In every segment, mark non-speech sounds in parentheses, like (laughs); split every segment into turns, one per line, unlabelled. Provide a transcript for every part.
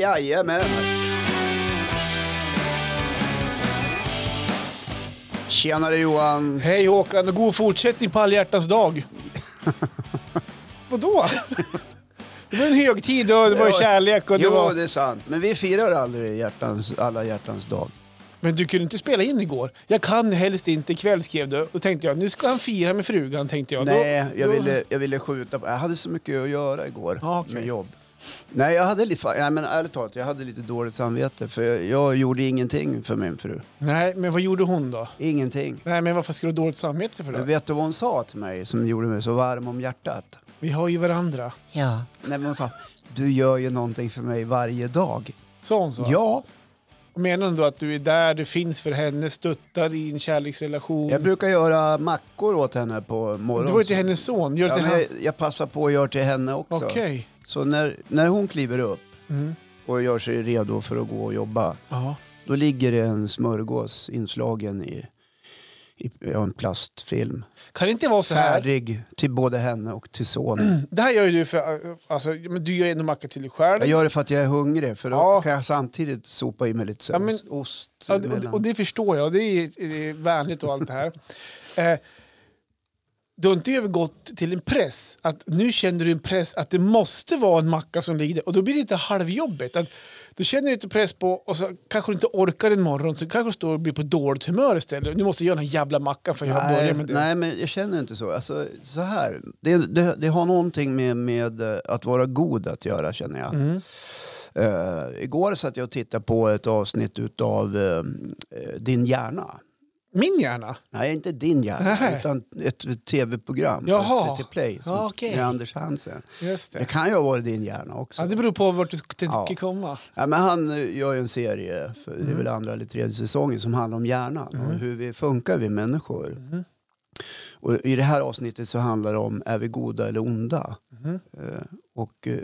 Jajamän. Tjenare Johan.
Hej Håkan och god fortsättning på alla
(laughs)
hjärtans dag. Vadå? Det var en högtid och det var ju kärlek och det
jo,
var...
det är sant. Men vi firar aldrig hjärtans, alla hjärtans dag.
Men du kunde inte spela in igår. Jag kan helst inte ikväll skrev du. Då tänkte jag, nu ska han fira med frugan tänkte jag. Då-
Nej, jag
då-
ville, jag ville skjuta på... Jag hade så mycket att göra igår
Ja, okej.
med jobb. Nej, jag hade lite... fa- Nej, men ärligt talat, jag hade lite dåligt samvete för jag, jag gjorde ingenting för min fru.
Nej, men vad gjorde hon då?
Ingenting.
Nej, men varför ska du ha dåligt samvete för
Men
det?
vet du vad hon sa till mig som gjorde mig så varm om hjärtat?
Vi har ju varandra.
Ja. Nej, men hon sa, du gör ju någonting för mig varje dag.
Sa hon så?
Ja,
Menar hon då att du är där, du finns för henne, stöttar i en kärleksrelation?
jag brukar göra mackor åt henne på morgonen.
Det var ju till hennes son. Gör det
ja,
till
men
han...
jag, jag passar på och gör till henne också.
Okej.
Så när, när hon kliver upp
Mm.
och gör sig redo för att gå och jobba,
Ja.
då ligger det en smörgås inslagen i, i ja, en plastfilm.
Kan det inte vara så här?
Färdig till både henne och till sonen.
Det här gör ju du för... Alltså, men du gör ju ändå macka till dig själv.
Jag gör det för att jag är hungrig, för då
Ja.
kan jag samtidigt sopa i mig lite så
Ja,
här
men-
ost.
Ja, det- och, det-
mellan-
och det förstår jag. Det är, det är vänligt och allt det här. (laughs) Eh, du har inte övergått till en press. Att nu känner du en press att det måste vara en macka som ligger där. Och då blir det lite halvjobbigt. Att du känner lite press på och så kanske du inte orkar en morgon. Så kanske du står och blir på dåligt humör istället. Nu måste jag göra den här jävla mackan för jag börjar
Nej,
med det.
nej, men jag känner inte så. Alltså, så här. Det, det, det har någonting med, med eh, att vara god att göra känner jag.
Mm.
Eh, igår satt jag och tittade på ett avsnitt utav eh, eh, Din hjärna.
Min hjärna?
Nej, inte Din hjärna,
Nej.
utan ett tv-program på
Jaha.
SVT Play som,
Ja, okej.
med Anders Hansen.
Just
Det
det.
kan ju ha varit Din hjärna också.
Ja, det beror på vart du tänker
Ja.
komma.
Ja, men han eh, gör ju en serie, för det är väl andra eller tredje säsongen, som handlar om hjärnan och hur vi funkar vi människor. Och I det här avsnittet så handlar det om, är vi goda eller onda? Eh, och eh,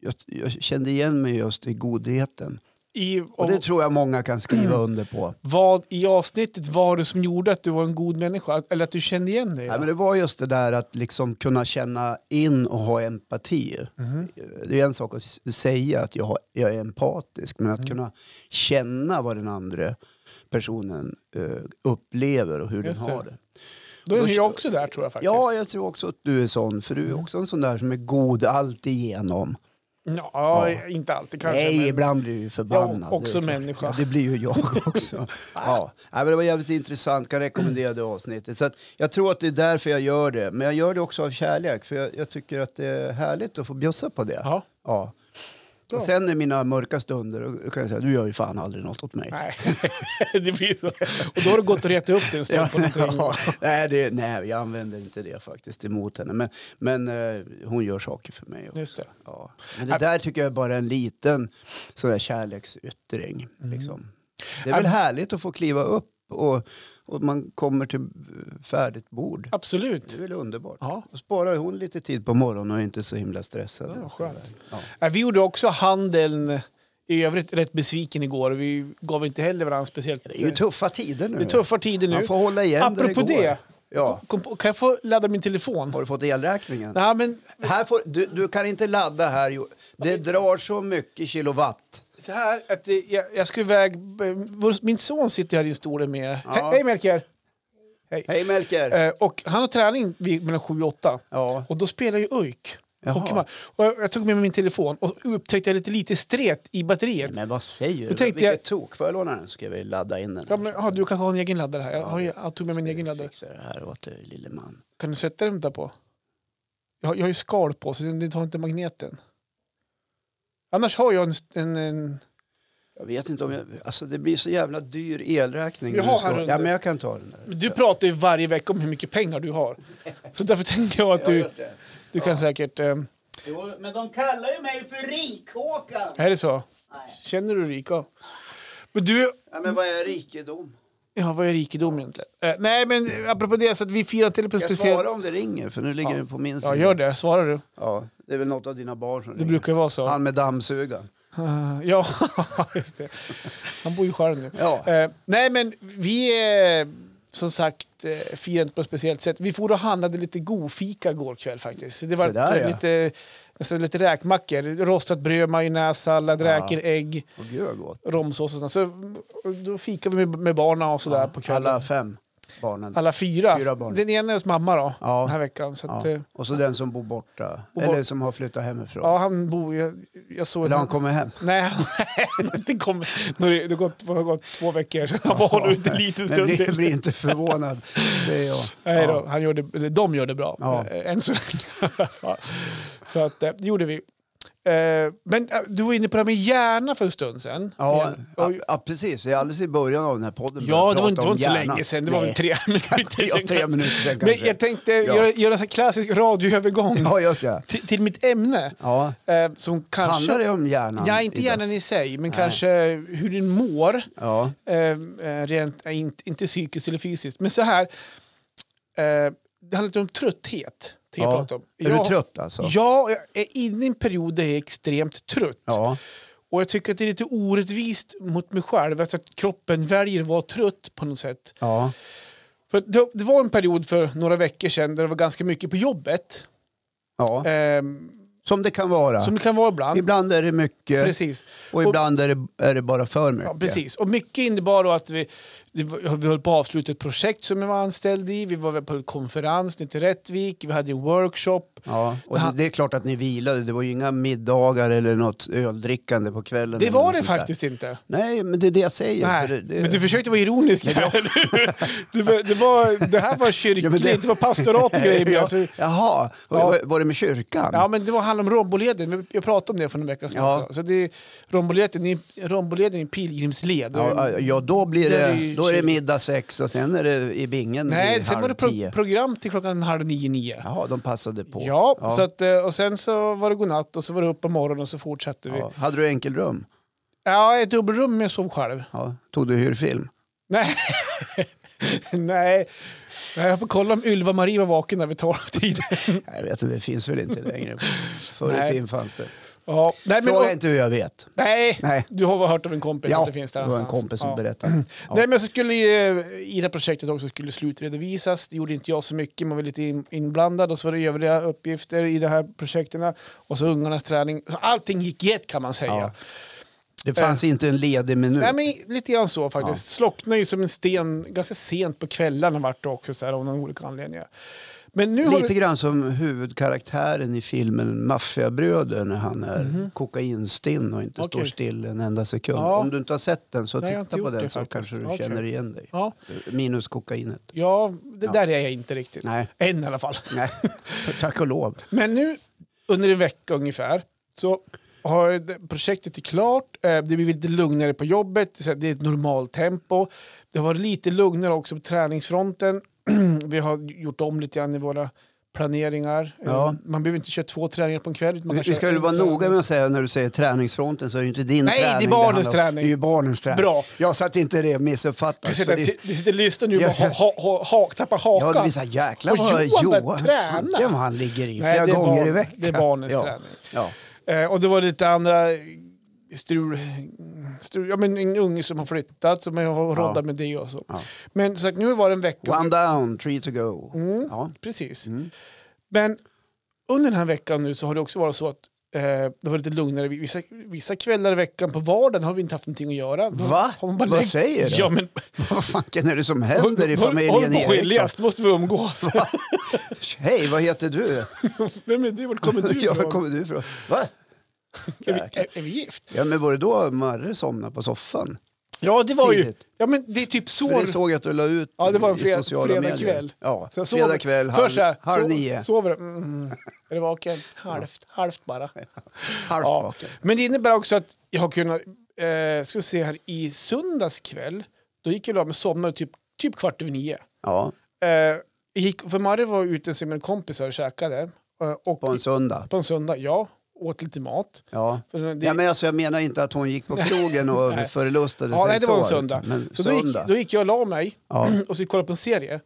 jag, jag kände igen mig just i godheten.
I,
Och det tror jag många kan skriva under på.
vad i avsnittet var det som gjorde att du var en god människa? Att- Eller att du kände igen dig?
Nej, men det var just det där att liksom kunna känna in och ha empati.
Mhm.
Eh, Det är en sak att s- säga att jag, har- jag är empatisk, men att
Mm.
kunna känna vad den andra personen eh, upplever och hur
Just
den har
det.
det.
Då är
Då-
jag också där tror jag faktiskt. Mm.
Ja, jag tror också att du är sån, för du är också en sån där som är god alltigenom.
ja,
Ja.
inte alltid kanske.
Nej,
men-
ibland blir du ju förbannad.
Jag också
Det är klart.
människa.
Ja, det blir ju jag (laughs) också. ja. Nej, men det var jävligt intressant, kan rekommendera det avsnittet. Så att jag tror att det är därför jag gör det, men jag gör det också av kärlek, för jag, jag tycker att det är härligt att få bjussa på det.
Ja.
Ja.
Bra.
Och sen i mina mörka stunder, då kan jag säga, du gör ju fan aldrig något åt mig.
Nej, (laughs) det blir så. Och då har du gått och retat upp dig en stund
Ja,
på någonting.
(laughs) ja. nej, det, nej, jag använder inte det faktiskt emot henne. Men, men eh, hon gör saker för mig. Också.
Just det.
Ja. Men det där tycker jag är bara en liten sån där kärleksyttring.
Mm.
Liksom. Det är väl
Ja,
härligt att få kliva upp och, och man kommer till eh, färdigt bord. Det
Absolut.
är väl underbart.
Ja.
Då sparar hon lite tid på morgonen och är inte så himla stressad.
Ja, skönt.
Ja.
Nej, Vi gjorde också handeln i övrigt rätt besviken igår. Vi gav inte heller varandra speciellt...
Det är ju tuffa tider nu.
Det är tuffa tider nu.
Man får hålla igen
Apropå
där det, går.
det.
Ja.
Kom på, kan jag få ladda min telefon?
Har du fått elräkningen?
Nej, men
Här får, du, du kan inte ladda här. Jo. Det drar så mycket kilowatt.
så här, att det, jag, jag ska iväg... vår- Min son sitter här i stolen med...
Ja.
Hej, Melker!
Hej Melker!
Eh, och han har träning vid, mellan 7 och 8.
Ja.
Och då spelar ju UIK.
Jaha.
hockeymatch. Och jag, jag tog med mig min telefon och upptäckte jag lite, lite stret i batteriet.
Men vad säger du?
Då tänkte
Vilket
jag-
tok. Får jag låna den? Ska vi ladda in den?
Ja, men, aha, du kanske har en egen laddare här. Jag, har, ju- jag tog med min egen laddare.
Fixar det här åt dig lille man.
Kan du sätta den där på? Jag, har- jag har ju skal på så den, den tar inte magneten. Annars har jag en... en, en
Jag vet inte om jag... Alltså det blir så jävla dyr elräkning.
Vi
när du
har
ska-
här under.
Ja men jag kan ta den där.
du pratar ju varje vecka om hur mycket pengar du har. Så därför tänker jag att du, du kan säkert... Eh,
Jo, men de kallar ju mig för rikhåkan.
är det så? Känner du dig rik? Ja. Men du,
Ja men vad är rikedom?
Ja, vad är rikedom egentligen? Eh, nej, men apropå det, så att vi firar till på
Jag
speciellt...
svarar om det ringer för nu ligger den på min sida.
Ja, gör det. Svarar du.
Ja, det är väl något av dina barn som
Det
ringer.
brukar ju vara så.
Han med dammsugaren.
Eh, (laughs) ja, just det. Han bor ju själv nu.
Ja.
Eh, nej, men vi... Eh, som sagt eh, firar inte på ett speciellt sätt. Vi for och handlade lite godfika igår kväll faktiskt. Så det var
Så där, ja.
lite, alltså, lite räkmackor. Rostat bröd, majonnäs, sallad,
Ja.
räkor, ägg,
Och gud vad gott.
romsås och sånt. Så mm, då fikade vi med, med barnen och sådär på kvällen.
Alla
Alla,
fem barnen.
fyra.
Fyra barn.
Den ena är hos mamma då,
Ja.
den här veckan. Så att,
Ja.
eh,
Och så den som bor borta.
Bor
Eller
bort-
som har flyttat hemifrån.
ja, han bor... Jag, jag såg
Eller han kommer hem.
Nej,
(laughs)
det, kom, nu har det, det har gått, det har gått två veckor sedan han var ute en liten
Men
stund
bli,
till.
bli inte förvånad, säger jag.
Nej
Ja.
då, han gjorde, eller de gör det bra,
Ja.
eh, än så länge. Ja. så att, det gjorde vi. Eh, Men eh, du var inne på det här med hjärna för en stund sedan.
Ja, ja,
Och-
ja, precis. Jag är alldeles i början av den här podden.
ja
började
det var
prata om
inte, det var inte
hjärnan.
länge sedan, det var väl
Nej. (laughs)
tre minuter
Ja, tre
sedan.
minuter sedan
Men
kanske.
jag tänkte
Ja.
göra, göra en sån här klassisk radioövergång
Ja, just det.
till, till mitt ämne.
Ja.
eh, Som kanske...
Handlar det om hjärnan?
Ja, inte
idag?
hjärnan i sig, men kanske hur den mår.
Ja,
Eh, eh, rent, eh, inte, inte psykiskt eller fysiskt. Men så här, eh, det handlar lite om trötthet. Ja.
Ja.
Jag prata om.
är
jag,
du trött alltså?
Ja, jag är inne i en period där jag är extremt trött.
Ja,
Och jag tycker att det är lite orättvist mot mig själv alltså att kroppen väljer att vara trött på något sätt.
ja,
För att det, det var en period för några veckor sedan där det var ganska mycket på jobbet.
ja.
ehm,
Som det kan vara.
Som det kan vara ibland.
Ibland är det mycket
Precis.
och ibland är det, är det bara för mycket.
Ja, precis. Och mycket innebar då att vi, det var- vi höll på att avsluta ett projekt som jag var anställd i. Vi var väl på en konferens nere till Rättvik. Vi hade en workshop.
Ja, och
Han-
det, det är klart att ni vilade. Det var ju inga middagar eller något öldrickande på kvällen.
Det
eller
var
något
det
sånt där.
faktiskt inte.
Nej, men det är det jag säger.
Nej.
för det- det-
Men du försökte vara ironisk här, eller hur? det, var, det, var, det här var kyrkligt,
Ja, men
det...
det-
var pastorat och grejer.
(laughs)
Men
Ja,
alltså,
Jaha, och
Ja.
var- var det med kyrkan?
ja, men det var handlade om Romboleden. Vi- Jag pratade om det för några veckor sedan.
Ja.
också. Så det, är- Romboleden, är- Romboleden är en pilgrimsled.
Ja, ja, ja, då blir
Där är
det,
ju
då är det
kyl-
middag sex och sen är det i bingen
Nej,
vid
sen var det
halv
pro-
tio.
program till klockan halv nio, nio.
Jaha, de passade på.
Ja, Så att, eh, och sen så var det godnatt och så var det upp på morgonen och så fortsatte vi. Ja,
Ja. Hade du enkelrum?
ett dubbelrum med jag sov själv. (laughs)
Ja. Tog du hyrfilm?
Nej. Nej, jag får kolla om Ylva-Marie var vaken när vi tar (laughs) tiden.
Nej, Jag vet inte, det finns väl inte längre. Förr
Nej.
i tiden fanns det.
Ja. Nej, men,
Fråga inte hur jag vet.
nej,
Nej.
du har väl hört av en kompis
Ja,
att det finns där
det var en
någonstans.
kompis som
Ja.
berättade. Ja.
Nej, men så skulle ju, eh, i det här projektet också skulle slutredovisas. Det gjorde inte jag så mycket, man var lite in- inblandad och så var det övriga uppgifter i de här projekten. Och så ungarnas träning. Allting gick i ett kan man säga.
Ja. Det fanns inte en ledig minut.
eh. Nej, men lite grann så faktiskt. Slocknade ju som en sten ganska sent på kvällarna vart det också så här, av någon olika anledningar. Men nu har
Lite grann som huvudkaraktären i filmen Maffiabröder när han är kokainstinn och inte
Mhm. Okej.
står still en enda sekund.
Ja.
Om du inte har sett den så
Nej, jag har
titta
inte
på
gjort
den
det
så
faktiskt.
kanske du
Okej.
känner igen dig.
Ja,
Minus kokainet.
ja det
Ja.
där är jag inte riktigt.
Nej.
Än i alla fall.
Nej,
(laughs)
tack och lov.
Men nu under en vecka ungefär så har det- projektet är klart. Eh, Det blir lite lugnare på jobbet. så här, Det är ett normalt tempo. Det har varit lite lugnare också på träningsfronten. (clears throat) Vi har gjort om lite grann i våra planeringar. Eh,
Ja.
Man behöver inte köra två träningar på en kväll. utan man
Vi,
kan
vi
köra
ska väl
en
vara
träning.
noga med att säga när du säger träningsfronten så är det inte din
Nej, det är
träning.
barnens
handlar om.
träning.
Det är ju barnens träning.
Bra.
Ja, så att inte det
Det
missuppfattas.
sitter,
för Alltså, det-
det sitter lyssnare nu och
Ja.
ha, ha, ha, ha, tappar
Ja,
hakan.
det visar jäklar
Och
vad
Johan börjar träna.
Johan, vad han ligger i
Nej,
flera
det är
gånger
barn-
i veckan.
Det är barnens
ja.
träning.
Ja.
Eh, och det var lite andra strul, strul. Ja, men en unge som har flyttat som jag har råddat
Ja.
med det och så.
Ja.
Men så att nu var det en vecka.
One down, three to go.
Mm.
Ja. (laughs)
Precis.
Mm.
Men under den här veckan nu så har det också varit så att eh, det var lite lugnare. Vissa, vissa kvällar i veckan på vardagen har vi inte haft någonting att göra. Då
Va?
Har man bara
Vad
lägg-
säger du?
Ja, men,
Vad fanken är det som händer i
(laughs) Håll- Håll
familjen
på att
Eriksson?
skiljas, då måste vi
(laughs)
umgås. (laughs)
Hej, vad heter du?
Vem är du? Vart kommer du
(laughs) Ja,
ifrån?
var kommer du ifrån? Va?
är, vi, är, är vi gift?
Ja, men var det då Marre somnade på soffan?
Ja, det var ju...
Tidigt.
Ja, men det är typ så...
För det såg jag att du la ut
Ja, det var en
i
fred-
sociala
fredag
medier.
kväll.
Ja,
Så jag sover-
fredag kväll,
Först
halv,
så här,
halv
so-
nio.
Sover du? Mm. Är
(laughs)
du vaken? Halvt, halvt bara.
Halvt
Ja.
vaken.
Men det innebär också att jag har kunnat... Eh, ska vi se här, i söndags kväll, då gick jag och la mig och somnade typ, typ kvart över nio.
Ja,
Eh, jag gick, för Marre var ute med mina kompisar och käkade. eh, Och
på en söndag.
på en söndag, ja, åt lite mat.
Ja.
För det-
Ja, men alltså, jag menar inte att hon gick
(laughs)
på krogen
Nej.
och förlustade
Ja,
sig.
nej, det var
så,
en
liksom.
söndag.
Men
Så då gick,
söndag.
då gick jag och la mig
Ja.
och så kollade på en serie.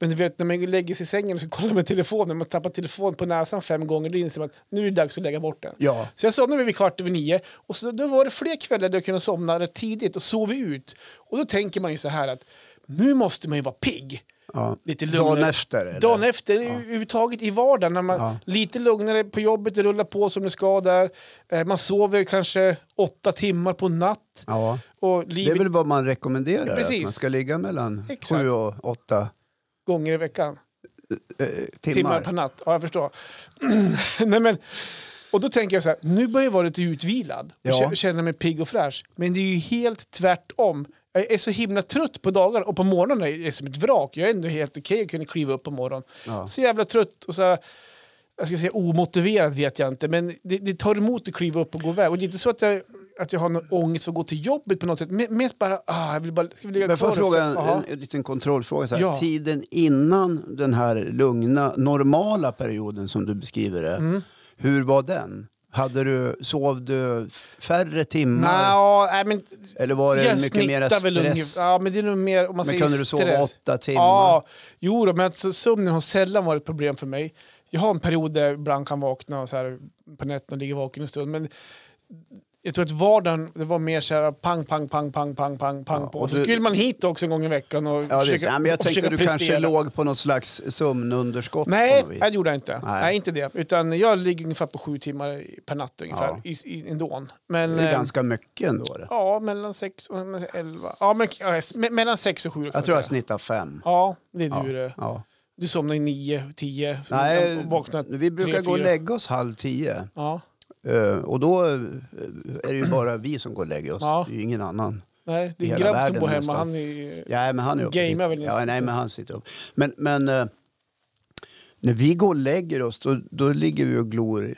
Men du vet när man lägger sig i sängen och ska kolla med telefonen, man tappar telefonen på näsan fem gånger, då inser man att nu är det dags att lägga bort den.
Ja.
Så jag somnade vid kvart över nio och så, då var det fler kvällar där jag kunde somna rätt tidigt och sov ut. Och då tänker man ju så här att nu måste man ju vara pigg.
Ja.
Lite lugnare.
Dagen efter? Eller?
Dagen e- efter, överhuvudtaget i vardagen. När man
Ja.
Lite lugnare på jobbet, det rullar på som det ska där. Eh, Man sover kanske åtta timmar på natt.
Ja.
Och
Det
livet
är väl vad man rekommenderar,
Precis.
att man ska ligga mellan
Exakt.
sju och åtta
gånger i veckan.
eh, timmar.
timmar per natt. Ja, jag förstår. (clears throat) Nej, men, och då tänker jag så här, nu börjar jag vara lite utvilad och
Ja.
kä- känna mig pigg och fräsch. Men det är ju helt tvärtom. Jag är så himla trött på dagarna och på morgonen är jag som ett vrak. Jag är ändå helt okej att kunna kliva upp på morgonen.
Ja.
Så jävla trött och så här, jag ska säga omotiverad vet jag inte, men det, det tar emot att kliva upp och gå iväg. Och det är inte så att jag, att jag har någon ångest för att gå till jobbet på något sätt. Men- Mest bara, ah, jag vill bara, ska vi ligga
Men får jag
kvar och-
fråga en,
Jaha.
en, liten kontrollfråga? Så här.
Ja.
Tiden innan den här lugna, normala perioden som du beskriver det,
Mm.
hur var den? Hade du, sov du f- färre timmar?
Nå, nej, men
Eller var det
jag
mycket mer
snittar väl
stress?
ungefär- Ja, men det är nog mer om man
men
säger
kunde du sova
stress.
åtta timmar?
Ja, jo då, men alltså, sömnen har sällan varit ett problem för mig. Jag har en period där jag ibland kan vakna och så här, på nätterna och ligga vaken en stund. Men jag tror att vardagen det var mer så här pang, pang, pang, pang, pang, pang, pang
Ja,
på.
och
Och så
du-
skulle man hit också en gång i veckan och
Ja, det,
försöka,
ja, men jag
och
tänkte
försöka
du kanske
prestera.
låg på något slags sömnunderskott.
Nej,
på något
nej,
vis.
det gjorde jag inte.
Nej.
Nej. inte det. Utan jag ligger ungefär på sju timmar i- per natt ungefär, i, i, ändå. Men,
Det är
eh,
ganska mycket ändå. Det.
Ja, mellan 6 och 11. Ja, men, ja, s- me- mellan 6 och 7
Jag tror jag snittar fem.
Ja, det är
Ja,
du det.
ja.
Du somnar i 9, 10.
Nej,
Typ, vaknar.
vi brukar
tre,
gå och
fyra.
lägga oss halv tio.
Ja,
Eh, och då eh, är det ju bara vi som går och lägger oss.
Ja.
Det är ju ingen annan.
nej,
I
det är en
hela
grabb
världen
som bor hemma.
nästan.
Han är,
Ja, men han är uppe.
Gamer väl
ja,
nästan.
nej, men han sitter upp. Men, men eh, när vi går och lägger oss, då, då ligger vi och glor i,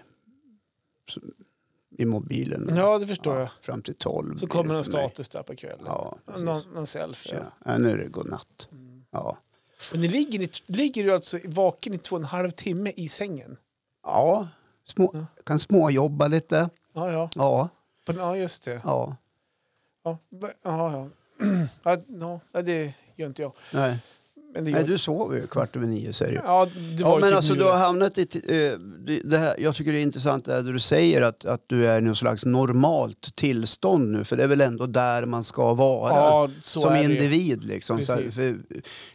i mobilen.
ja, det förstår jag.
Fram till tolv.
Så
blir det
kommer någon
för mig.
status där på kvällen.
Ja, precis.
någon, någon selfie.
Tjena. Ja, nu är det godnatt.
Mm.
Ja.
Men ni ligger, ni, ligger du alltså vaken i två och en halv timme i sängen?
Ja, små, kan småjobba lite.
Ja, ja.
Ja,
På, ja just det.
ja.
Ja, va- ja. (clears throat) ja. ja, no, ja det gör inte jag.
Nej.
Men det gör
Nej, du sover ju kvart över nio säger du.
Ja, det var
Ja,
ju
men
typ
alltså,
nu
du
det.
har hamnat i... t- eh, det- det här, jag tycker det är intressant det här du säger att, att du är i någon slags normalt tillstånd nu. För det är väl ändå där man ska vara
Ja, så
som
är det ju.
individ. Liksom. Så här,
Precis.
för,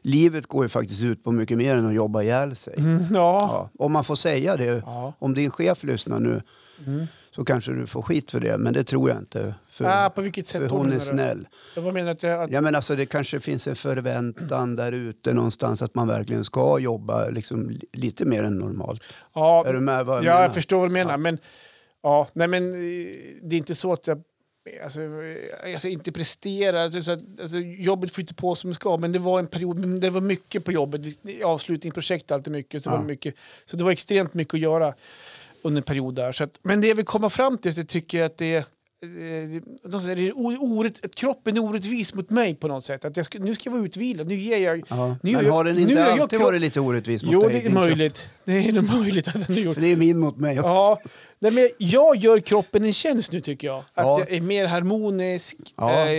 livet går ju faktiskt ut på mycket mer än att jobba ihjäl sig.
Mm, ja.
Ja, om man får säga det.
ja.
Om din chef lyssnar nu
Mm.
så kanske du får skit för det. Men det tror jag inte. För,
Ah, på vilket
för
sätt då,
hon är
menar du?
snäll.
Jag bara menar att jag, att,
Ja, men alltså, det kanske finns en förväntan där ute någonstans att man verkligen ska jobba liksom, li- lite mer än normalt.
ja,
Är du med vad jag
ja,
menar?
jag förstår vad du menar. Men, ja, nej, men eh, det är inte så att jag alltså, eh, alltså, inte presterar. Typ, så att, alltså, jobbet flyter på som det ska, men det var en period men det var mycket på jobbet. Vi- Avslutning, projekt, allt är mycket. Så,
Ja.
var det mycket, så det var extremt mycket att göra under en period där. Så att, men det jag vill komma fram till, det tycker jag att det är eh, någonstans är det o- orätt, att kroppen är orättvis mot mig på något sätt. Att jag ska, nu ska jag vara utvilad, nu ger jag...
Ja.
Nu
men
gör-
har den
nu gör
inte
jag
alltid
kropp-
varit lite orättvis mot
Jo,
dig?
det är
din kropp?
möjligt. Det är nog möjligt att den
(laughs)
har gjort
För det är min mot mig också.
Ja, nej men jag gör kroppen en tjänst nu tycker jag. Att
Ja.
jag är mer harmonisk,
Ja.
eh,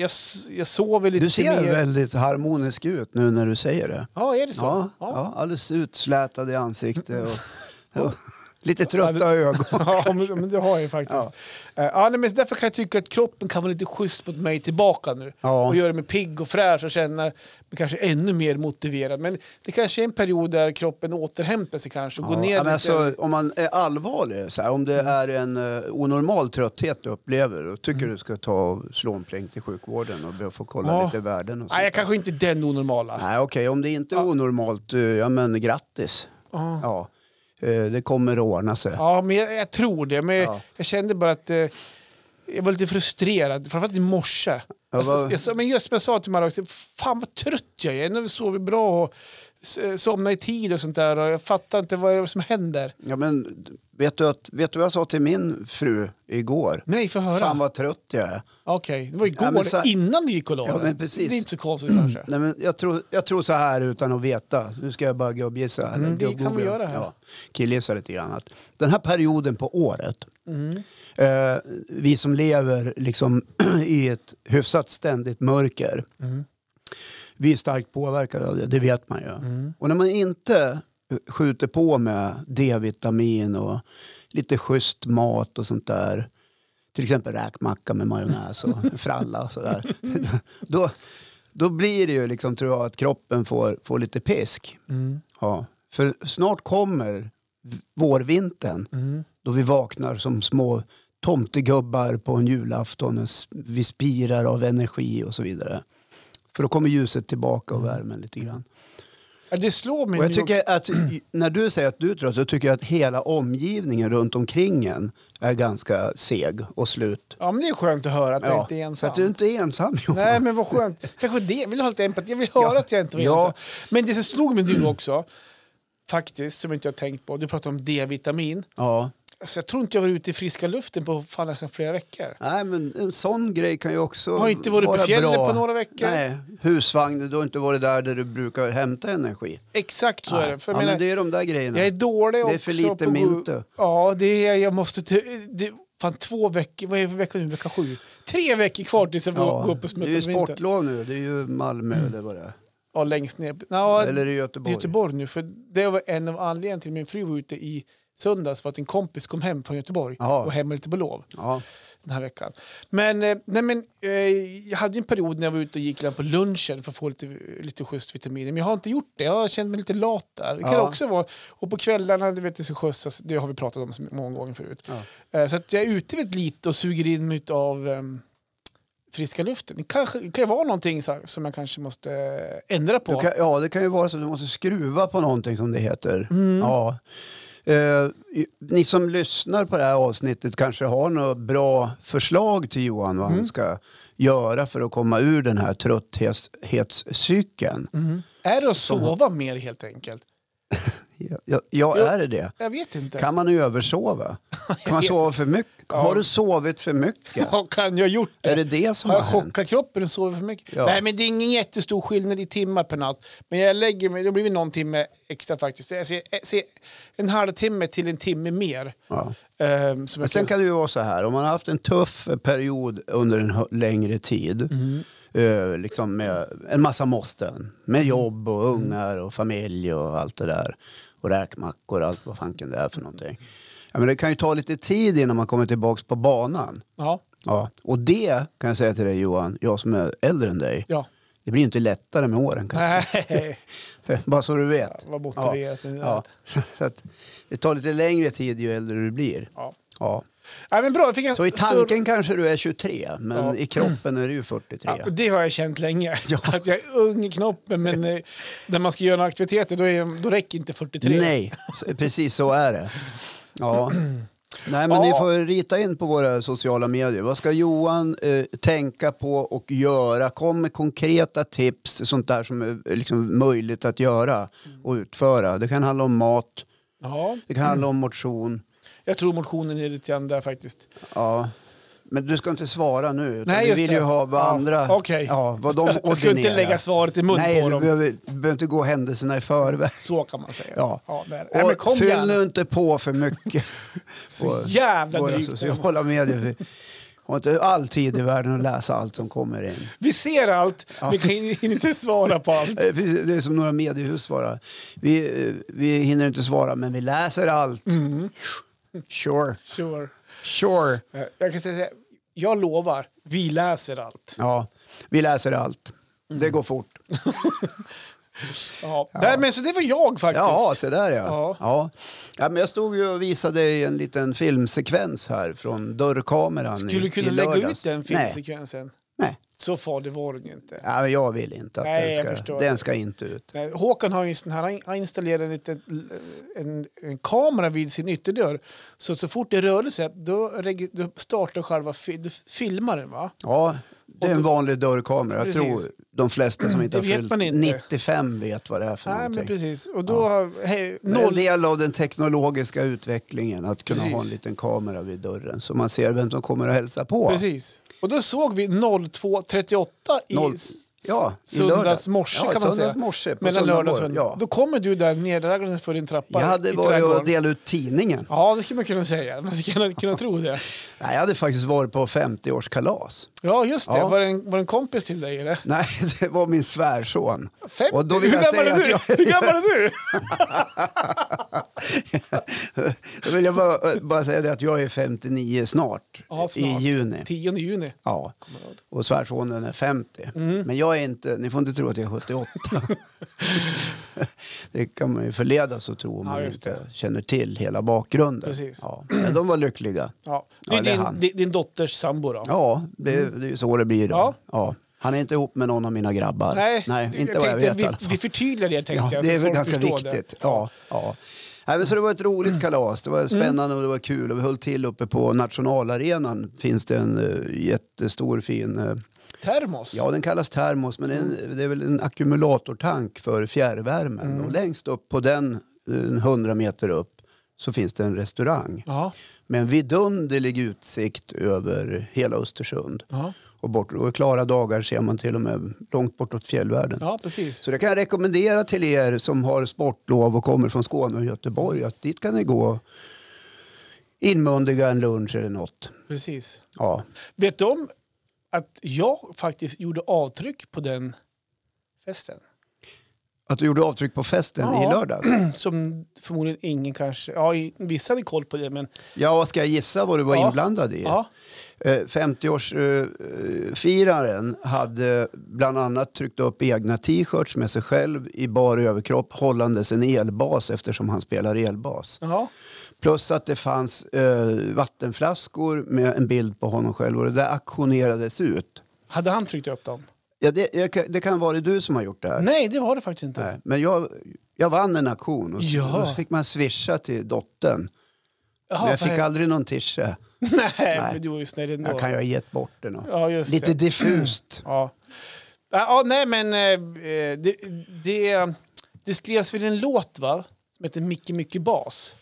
jag, s- jag sover lite
Du ser
mer.
väldigt harmonisk ut nu när du säger det.
Ja, är det så?
Ja,
ja.
ja, alldeles utslätad i ansikte och, och lite trötta ögon.
(laughs) Ja, men, men det har jag faktiskt. Ja. Ja, nej, men därför kan jag tycka att kroppen kan vara lite schysst mot mig tillbaka nu.
Ja.
Och göra mig pigg och fräsch och känna mig kanske ännu mer motiverad. Men det kanske är en period där kroppen återhämtar sig kanske och går ner
Ja, men
lite. Mm.
alltså, om man är allvarlig, så här, om det är en eh, onormal trötthet du upplever, då tycker du ska ta och slå en pling till sjukvården och be att få kolla
Ja.
lite värden och så.
Nej, jag kanske inte är den onormala.
Nej, okej, om det inte är onormalt, eh, ja men grattis.
Ja.
Ja. Eh, Det kommer att ordna sig.
Ja, men jag, jag tror det. Men
Ja.
jag kände bara att eh, jag var lite frustrerad, framförallt i morse.
Ja,
alltså,
vad-
jag, sa- men just som jag sa till Marocko, fan vad trött jag är. Nu sover bra och s- eh, somnar i tid och sånt där. Och jag fattar inte vad det är som händer.
Ja, men vet, du att, vet du vad jag sa till min fru igår?
Nej, få höra.
Fan vad trött jag är.
Okej, det var igår,
Ja, men så-
innan du gick och la
Ja,
dig.
men precis. Mm.
Det är inte så konstigt kanske.
Nej, men jag, tror, jag tror så här utan att veta. Nu ska jag bara gubbgissa. eller
Mm, det kan vi
gubbgoogla.
göra här.
killgissa lite grann. Att den här perioden på året.
Mm.
Eh, vi som lever liksom (clears throat) i ett hyfsat ständigt mörker.
Mm.
Vi är starkt påverkade av det, det vet man ju.
Mm.
Och när man inte skjuter på med D-vitamin och lite schysst mat och sånt där.
(laughs)
Till exempel räkmacka med majonnäs och en fralla och sådär. Då, Då blir det ju liksom, tror jag, att kroppen får, får lite pisk.
Mm.
Ja. För snart kommer v- vårvintern
Mm.
då vi vaknar som små tomtegubbar på en julafton. och s- Vi spirar av energi och så vidare. För då kommer ljuset tillbaka och värmen lite grann.
Ja, Mm. det slår mig
Och jag
nu
tycker att när du säger att du är trött så tycker jag att hela omgivningen runt omkring en är ganska seg och slut.
Ja, men det är skönt att höra att jag inte är
så
ensam.
att du inte är ensam Johan.
Nej, men vad skönt. Kanske det. Jag vill ha lite empati. Jag vill höra
Ja.
att jag inte var
Ja.
ensam. Men det som slog mig nu också, faktiskt, som jag inte har tänkt på. Du pratade om D-vitamin.
Ja.
Alltså, jag tror inte jag var ute i friska luften på fan nästan flera veckor.
Nej men en sån grej kan ju också
Har inte varit uppe
vara
i fjällen
bra.
på några veckor.
Nej, husvagn, du har inte varit där där du brukar hämta energi.
Exakt så är det. För jag
ja,
menar,
men det är de där grejerna.
Jag är dålig
Det är för
också
lite
på-
mintu.
Ja, det är, jag måste... t- Det, fan, två veckor... Vad är det för vecka nu? Vecka sju? Tre veckor kvar tills jag får gå upp och
det är ju
smutta vinter.
sportlov nu. Det är ju Malmö eller vad det är.
Ja, längst ner. Nå,
Eller i
det är
Göteborg.
Göteborg nu. För det var en av anledningarna till min fru var ute i söndags var att en kompis kom hem från Göteborg
Jaha.
och hem lite på lov
Ja.
den här veckan. Men, eh, nej, men eh, jag hade ju en period när jag var ute och gick lite på lunchen för att få lite, lite schysst vitaminer. Men jag har inte gjort det. Jag har känt mig lite lat där. Det kan
Ja.
också vara. Och på kvällarna, du vet, det är så skjutsas. Det har vi pratat om så många gånger förut.
Ja.
Eh, Så att jag är ute väldigt lite och suger in av ehm, friska luften. Det kanske det kan ju vara någonting så här, som jag kanske måste eh, ändra på.
Du kan, ja, det kan ju vara så att du måste skruva på någonting som det heter.
Mm.
Ja. Eh, ni som lyssnar på det här avsnittet kanske har några bra förslag till Johan vad
Mm.
han ska göra för att komma ur den här trötthetscykeln.
Mm. Är det att sova mer helt enkelt?
Ja, ja, ja, är det det?
Jag vet inte. (laughs)
Kan man översova? Kan man sova för mycket? Har du sovit för mycket?
Vad kan jag ha gjort det?
Är det det som
Har
har
jag
hänt?
chockat kroppen och sovit för mycket?
Ja.
Nej, men det är ingen jättestor skillnad i timmar per natt. Men jag lägger mig, det blir väl någon timme extra faktiskt. Jag ser, jag ser en halvtimme till en timme mer.
Ja.
ehm, som
Men
jag
sen
kan...
kan det ju vara så här, om man har haft en tuff eh, period under en hö- längre tid,
Mm.
eh, liksom med en massa måsten,
Mm.
med jobb och ungar och familj och allt det där, och räkmackor och allt vad fanken det är för någonting. Ja, men det kan ju ta lite tid innan man kommer tillbaks på banan.
Ja,
Ja. Och det kan jag säga till dig Johan, jag som är äldre än dig,
ja.
det blir ju inte lättare med åren kan jag säga. (laughs)
Nej,
Bara så du vet.
vad motiverat. Ja.
Ja. Så, så att det tar lite längre tid ju äldre du blir.
Ja.
Ja.
Nej, men bra. Jag fick en
Så i
surr-
tanken kanske du är 23, men
Ja.
i kroppen är du ju 43.
Ja, och det har jag känt länge. (laughs) Att jag är ung i knoppen, men eh, när man ska göra några aktiviteter då, är, då räcker inte 43.
Nej, s- precis så är det. Ja. Nej, men
Ja.
ni får rita in på våra sociala medier. Vad ska Johan eh, tänka på och göra? Kom med konkreta tips, sånt där som är eh, liksom, möjligt att göra och utföra. Det kan handla om mat,
Ja,
det kan handla om motion.
jag tror motionen är lite grann där faktiskt.
Ja. Men du ska inte svara nu. utan
Nej,
vi
just
vill
det.
ju ha vad
Ja,
andra...
okej.
Ja, vad de
jag ska inte
ordinerar.
lägga svaret i mun
Nej,
på
du
dem.
behöver, du behöver inte gå händelserna i förväg. (laughs)
Så kan man säga.
Ja.
där.
Och
Nej, men kom
fyll
gärna.
nu inte på för mycket
(laughs) Så
på
jävla
våra
drygt.
sociala medier. Vi har inte all tid i världen att läsa allt som kommer in.
Vi ser allt, vi kan in- (laughs) inte svara
(laughs)
på allt.
Eh, precis, Det är som några mediehus svarar. Vi, eh, vi hinner inte svara, men vi läser allt.
Mm.
Sure.
Sure.
Sure.
Eh, Jag kan säga så här, jag lovar, vi läser allt.
Ja, vi läser allt. Det går fort.
Ja. Nej, men så det var jag faktiskt.
Ja, se där ja.
Ja.
Ja. Ja. men jag stod ju och visade dig en liten filmsekvens här från dörrkameran i-
Skulle du kunna
i
lägga ut
lördags.
den
Nej,
filmsekvensen?
nej.
Så farlig var den ju inte.
Ja, men jag vill inte att
Nej,
den,
jag
ska,
förstår.
den ska inte ut.
Nej, Håkan har ju en sån här, han installerar en, liten, en, en kamera vid sin ytterdörr. Så, så fort det rörde sig, då, reg- då startar själva fil, filmaren. Va?
Ja, det är en vanlig dörrkamera. Jag
Precis.
tror de flesta som inte har
Det vet
fyllt
man inte.
95 vet vad det är för
Nej, men
någonting.
precis. Och då har, hej,
Det är en
noll,
del av den teknologiska utvecklingen att kunna ha en
Precis.
liten kamera vid dörren så man ser vem som kommer och hälsa på.
precis. Och då såg vi 02.38 i
Noll-
s-
Ja, i
söndags
lördags.
morse
Ja,
kan man säga.
söndags morse på
Mellan
söndag
lördag och
morgon,
söndag.
ja.
Då kommer du där nedraggandes för din trappa
Jag hade
i
varit och
trädgården.
delat ut tidningen.
Ja, det skulle man kunna säga. Man skulle kunna, kunna tro det.
Nej, jag hade faktiskt varit på 50-årskalas.
Ja, just det.
Ja.
Var, det en, var det en kompis till dig? Eller?
Nej, (laughs) det var min svärson.
(laughs) 50?
Och då vill
Hur,
jag
gammal
säga
är du?
att jag-
Hur gammal är du?
Då vill jag bara, bara säga det att jag är 59 snart,
Ja, snart.
i juni.
10 juni.
Ja,
kommer jag ihåg.
och svärsonen är 50.
Mm.
Men jag är inte, ni får inte tro att jag är 78.
(laughs)
det kan man ju förledas att tro om
Ja,
man
just
inte känner till hela bakgrunden.
Precis.
Ja, men de var lyckliga.
Ja. Det
Ja,
är
det är
din,
han.
din, din dotters sambo då?
Ja, det, det är ju så det blir då.
Ja.
Ja. Han är inte ihop med någon av mina grabbar. inte vad jag
tänkte
vet
att
i alla fall.
vi, vi förtydligar det tänkte
Ja,
jag. så
det är väl
folk
ganska
förstår det. Mm.
viktigt. Ja, ja. Nej, men så det var ett roligt kalas. Det var spännande och det var kul. Och vi höll till uppe på nationalarenan. finns det en eh, jättestor fin... eh,
Termos?
ja, den kallas termos, men det är,
Mm.
en, det är väl en ackumulatortank för fjärrvärmen. Och längst upp på den, eh, en 100 meter upp, så finns det en restaurang
Ja.
med en vidunderlig utsikt över hela Östersund.
Ja.
Och, bort, och klara dagar ser man till och med långt bortåt fjällvärlden.
ja, precis.
Så det kan jag rekommendera till er som har sportlov och kommer från Skåne och Göteborg att dit kan ni gå och inmundiga en lunch eller något.
precis.
Ja,
Vet du om att jag faktiskt gjorde avtryck på den festen? (clears throat)
att du gjorde avtryck på festen
Ja.
i lördags.
Som förmodligen ingen kanske... Ja, i- vissa hade koll på det, men...
Ja, ska jag gissa vad du var
Ja.
inblandad i? Eh,
Ja,
50-årsfiraren eh, hade bland annat tryckt upp egna t-shirts med sig själv i bar överkropp hållandes en elbas eftersom han spelar elbas.
ja.
Plus att det fanns eh, vattenflaskor med en bild på honom själv och det där auktionerades ut.
Hade han tryckt upp dem?
Ja, det, jag, kan- det kan vara du som har gjort det här.
Nej, det var det faktiskt inte.
Nej, men jag, jag vann en auktion och så,
Ja.
då fick man swisha till dottern.
Jaha,
men jag
vad
fick
hände?
aldrig någon tische.
(laughs) Nej,
Nej.
men du var ju snäll ändå.
Jag kan ju ha gett bort den. och-
Ja, just
Lite
det.
diffust.
Ja. Ja, ja, nej, men eh, eh, det, det, det skrevs väl en låt, va? Som heter Micke Micke Bas.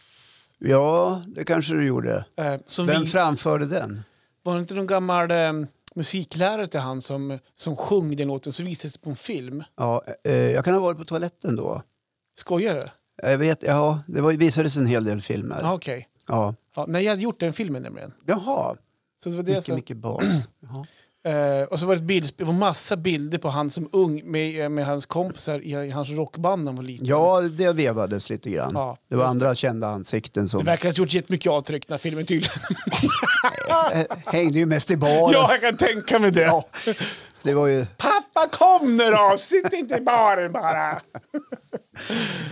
Ja, det kanske du gjorde.
Eh, som
Vem
vi,
framförde den?
var det inte någon gammal eh, musiklärare till han som, som sjöng den låten så visades det på en film?
Ja, eh, jag kan ha varit på toaletten då.
Skojar du?
Jag vet, ja, det var, visades en hel del filmer.
Ja,
Ja.
okej. Ja, nej, jag hade gjort den filmen nämligen.
Jaha,
Så det var det
mycket,
som,
mycket bas. Jaha.
eh, och så var det, ett bildspel- det var massa bilder på han som ung med, eh, med hans kompisar i, i hans rockband när han var liten.
Ja, det vevades lite grann.
Ja,
det var
just
andra kända ansikten
Det
som
verkar ha gjort jättemycket avtryck den här filmen tydligen.
eh, (laughs) hängde ju mest i baren.
(laughs) Ja, jag kan tänka mig det.
Ja, det var ju...
Pappa kom nu då! Sitt inte i
(laughs)
baren bara!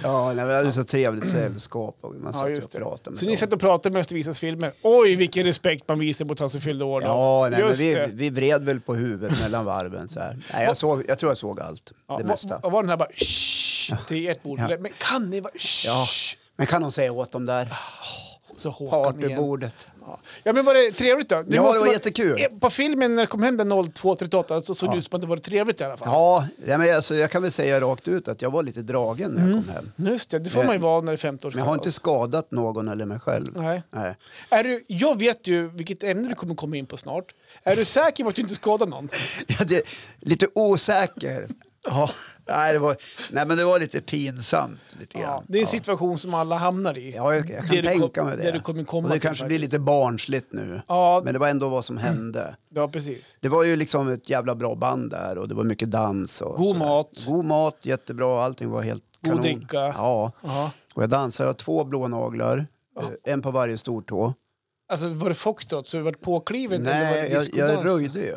Ja, nej, vi hade så trevligt sällskap och man satt
Ja,
ju
just
och
det.
pratade med
Så
dem.
ni satt och pratade med Östervisas filmer. Oj, vilken respekt man visade mot han som fyllde år. då.
Ja, nej, men
Just
vi,
det.
vi vred väl på huvudet mellan varven så här. Nej, jag, såg, jag tror jag såg allt,
Ja,
det
va-
mesta.
va- var den här bara "Shh", till ert bord?
Ja.
Men kan ni vara "Shh",
Ja. Men kan de säga åt dem där?
Så Håkan igen.
Partybordet.
Ja. ja, men var det trevligt då?
Ja, det
måste
var
vara-
jättekul.
Eh, På filmen när det kom hem den 02.38 så såg det ut som att det var trevligt i alla fall.
Ja, nej, men alltså, jag kan väl säga rakt ut att jag var lite dragen när jag
Mm.
kom hem.
Just det, det får man ju vara när det är 50 års
Men jag har inte skadat någon eller mig själv.
Nej.
Nej. (laughs)
Är du, jag vet ju vilket ämne du kommer komma in på snart. Är du säker på att du inte skadar någon?
Ja, det, lite osäker. Ja. Nej, det var, nej, men det var lite pinsamt. Lite grann.
Ja, det är en situation som alla hamnar i.
Ja, jag, jag kan
Det du
tänka
kom-
mig det.
det du kommer komma
och det
till
kanske blir
faktiskt.
lite barnsligt nu.
Ja.
Men det var ändå vad som hände.
Ja, precis.
Det var ju liksom ett jävla bra band där och det var mycket dans. Och
God
sådär.
mat.
God mat, jättebra. Allting var helt
God
kanon.
dricka.
Ja.
Ja.
Och jag dansade, jag har två blå naglar. eh, En på varje stortå.
Alltså, var det foxtrot så du vart påkliven? eller var det
Nej, jag, jag
discodans?
röjde ju.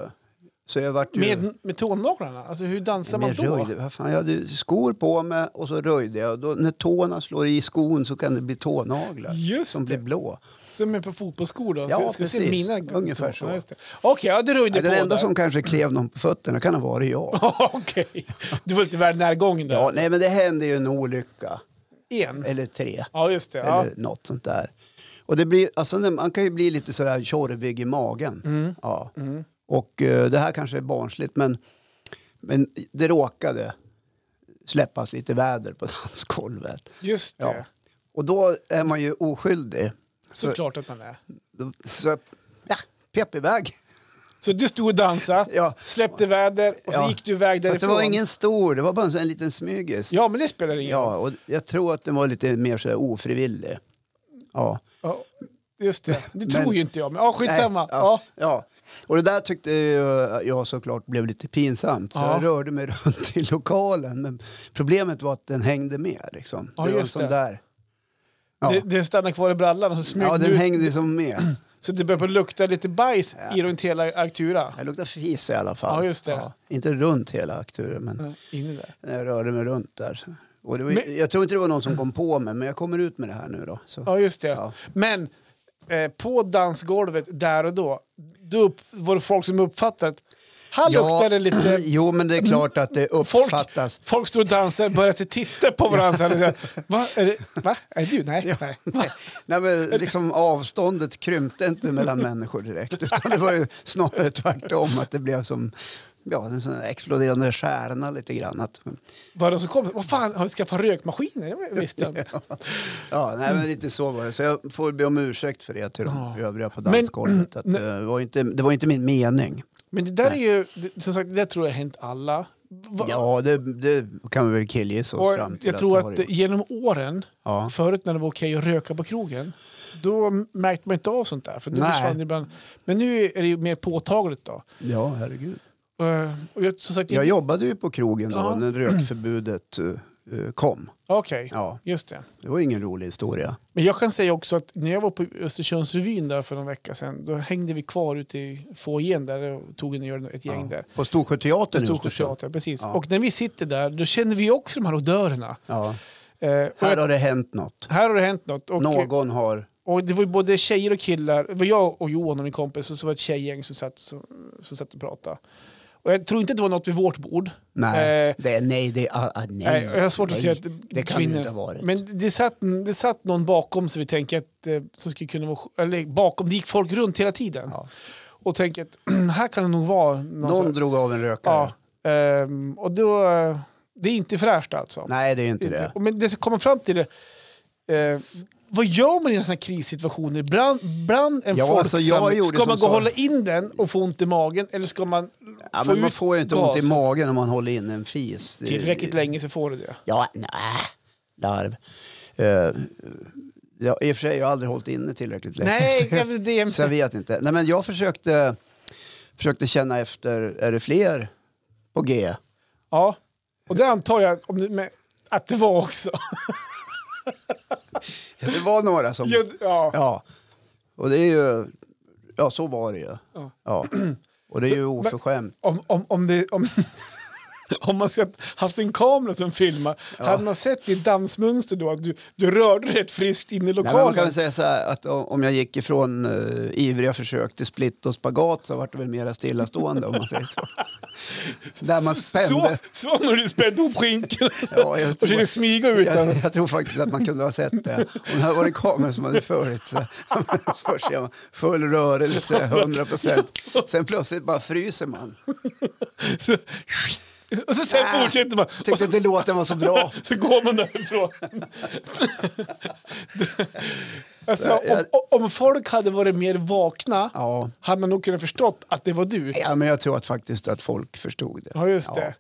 Så jag vart ju...
Med, med tånaglarna? Alltså, hur dansar man
Men
då?
röjde, vad fan, jag hade skor på mig och så röjde jag. Och Då, när tårna slår i skon så kan det bli tånaglar
Just
som
det.
blir blå.
Som är på fotbollsskor? Då.
Ja,
jag ska se
precis.
Mina
Ungefär så.
Ja, just det. Okej, ja, du röjde
Nej,
på
den enda
där.
som kanske klev någon på fötterna kan ha varit jag.
(laughs) Okej, du var lite väl närgången där.
Ja, nej, men det hände ju en olycka,
En?
eller tre,
Ja, just det. Ja.
eller något sånt där. Och det blir, alltså, när- man kan ju bli lite sådär tjorvig i magen.
Mm.
Ja. Och eh, det här kanske är barnsligt, men, men det råkade släppas lite väder på (laughs) dansgolvet.
Just det.
Ja. Och då är man ju oskyldig.
Såklart att man är.
Då- Så jag ja, pep iväg.
Så du stod och dansade,
Ja.
släppte väder och så
Ja.
gick du iväg därifrån.
Fast det var ingen stor, det var bara en sån här liten smygis.
Ja, men det spelar ingen roll.
Ja, och jag tror att den var lite mer så där ofrivillig. Ja.
Ja, just det. Det
Men-
tror ju inte jag, men ja, skitsamma.
Nej,
ja.
ja, ja. Och det där tyckte jag, jag såklart blev lite pinsamt. Så
Ja.
jag rörde mig (laughs) runt i lokalen. Men problemet var att den hängde med. Liksom.
Ja,
det var en
just
sån
det.
där. Ja.
Det, den stannar kvar i brallan och så smög
Ja,
den
den
ut.
hängde som med.
Så det börjar på att lukta lite bajs i runt hela Arktura.
Jag luktar fis i alla fall.
Ja, just det.
Inte runt hela akturen, men
Inne där.
när jag rörde mig runt där. Och det var,
Men-
jag tror inte det var någon som kom på mig, men jag kommer ut med det här nu då. Så.
Ja, just det.
Ja.
Men eh, på dansgolvet där och då, då upp, var det folk som uppfattade att här luktar det lite...
(clears throat)
Mm.
Jo, men det är klart att det
Folk,
uppfattas.
folk står och dansar och börjar titta på varandra. och säga,
(laughs)
Va? Är det, va? Är det du? Nej. nej.
Nej, men liksom avståndet krympte inte mellan människor direkt. Utan det var ju snarare tvärtom, att det blev som ja, en sån här exploderande stjärna lite grann. Att, (laughs)
Var det som kom? Vad fan, har vi skaffat rökmaskiner?
(laughs)
Det visste jag inte.
ja, nej, men lite så var det. Så jag får be om ursäkt för det till de
Ja.
övriga på
Men-
dansgolvet. Att, eh, det, var inte, det var inte min mening.
Men det där är ju, det- som sagt, det där tror jag har hänt alla. Va-
Ja, det, det kan vi väl killgissa
och
oss fram till.
jag tror
det har
att
gjort.
genom åren,
Ja.
förut när det var okej att röka på krogen, då märkte man inte av sånt där. För det
Nej.
försvann ibland. Men nu är det ju mer påtagligt. då.
ja, herregud.
Eh, Och jag, som sagt,
Jag jobbade ju på krogen då
Ja.
när rökförbudet eh, eh, kom.
Okej,
Ja,
just det.
det var ingen rolig historia.
Men jag kan säga också att när jag var på Östersundsrevyn där för någon vecka sedan, då hängde vi kvar ute i foajén där och tog en öl, ett gäng
Ja.
där.
På Storsjöteatern. i Östersund.
Storstadsteatern, precis.
Ja.
Och när vi sitter där, då känner vi också de här odörerna.
Ja.
Eh, och
Här
jag,
har det hänt något.
här har det hänt något. Och,
Någon har...
Och det var ju både tjejer och killar. Det var jag och Johan och min kompis och så var det ett tjejgäng som satt, som, som satt och pratade. Och jag tror inte att det var något vid vårt bord.
Nej,
Eh,
det, är- nej, det, är- ah, ah, nej.
Nej, jag har svårt att
nej.
se att det,
det kan
kvinnor...
det inte ha varit.
Men det satt, det satt någon bakom så vi tänker att eh, som skulle kunna vara... Eller bakom, det gick folk runt hela tiden.
Ja.
Och tänker att (clears throat) här kan det nog vara någon...
Någon
sån-
drog av en rökare.
alltså- ja, ehm, och då... eh, Det är inte fräscht alltså.
Nej, det är ju inte
Inte.
det.
Och Men det som kommer fram till det... Eh, vad gör man i en sån här krissituationer? Bland, bland en
Ja,
folksam...
alltså, jag gjorde
ska man
som
gå
så.
och hålla in den och få ont i magen eller ska man
Ja,
få
men man
ut
får ju inte ont
gas?
i magen om man håller in en fis. Det-
Tillräckligt länge så får du det.
Ja, nej. Larv. Eh, ja, I och för sig, jag har aldrig hållit inne tillräckligt länge.
Nej,
så,
det
jag,
är det.
så jag vet inte. Nej, men jag försökte, försökte känna efter, är det fler på G?
Ja, och det antar jag om du, men, att det var också.
Det var några som...
Ja, ja.
Ja, och det är ju... Ja, så var det ju.
Ja.
Ja. Och det är ju oförskämt.
Om, om, om, det, om, (laughs) om man sett, haft en kamera som filmar, hade man sett ditt dansmönster då att du, du rörde dig rätt friskt in i
Nej, men man
lokalen?
kan väl säga så här att o- om jag gick ifrån eh, ivriga försök till split och spagat så var det väl mera stillastående om man säger
(laughs)
så. Där man
så,
spände.
så när du spände ihop skinkorna
Ja,
och
jag tror-
försökte smyga ut
Jag,
den.
jag tror faktiskt att man kunde ha sett det. Om det hade varit kameror som hade förut så (laughs) först ser man full rörelse, 100 procent. Sen plötsligt bara fryser man.
Så, och så
Äh.
sen fortsätter man. Och
Tyckte
så,
inte låten var så bra.
(laughs) så går man därifrån. alltså, om, om folk hade varit mer vakna
Ja.
hade man nog kunnat förstått att det var du.
Ja, men jag tror att faktiskt att folk förstod det.
Ja, just det.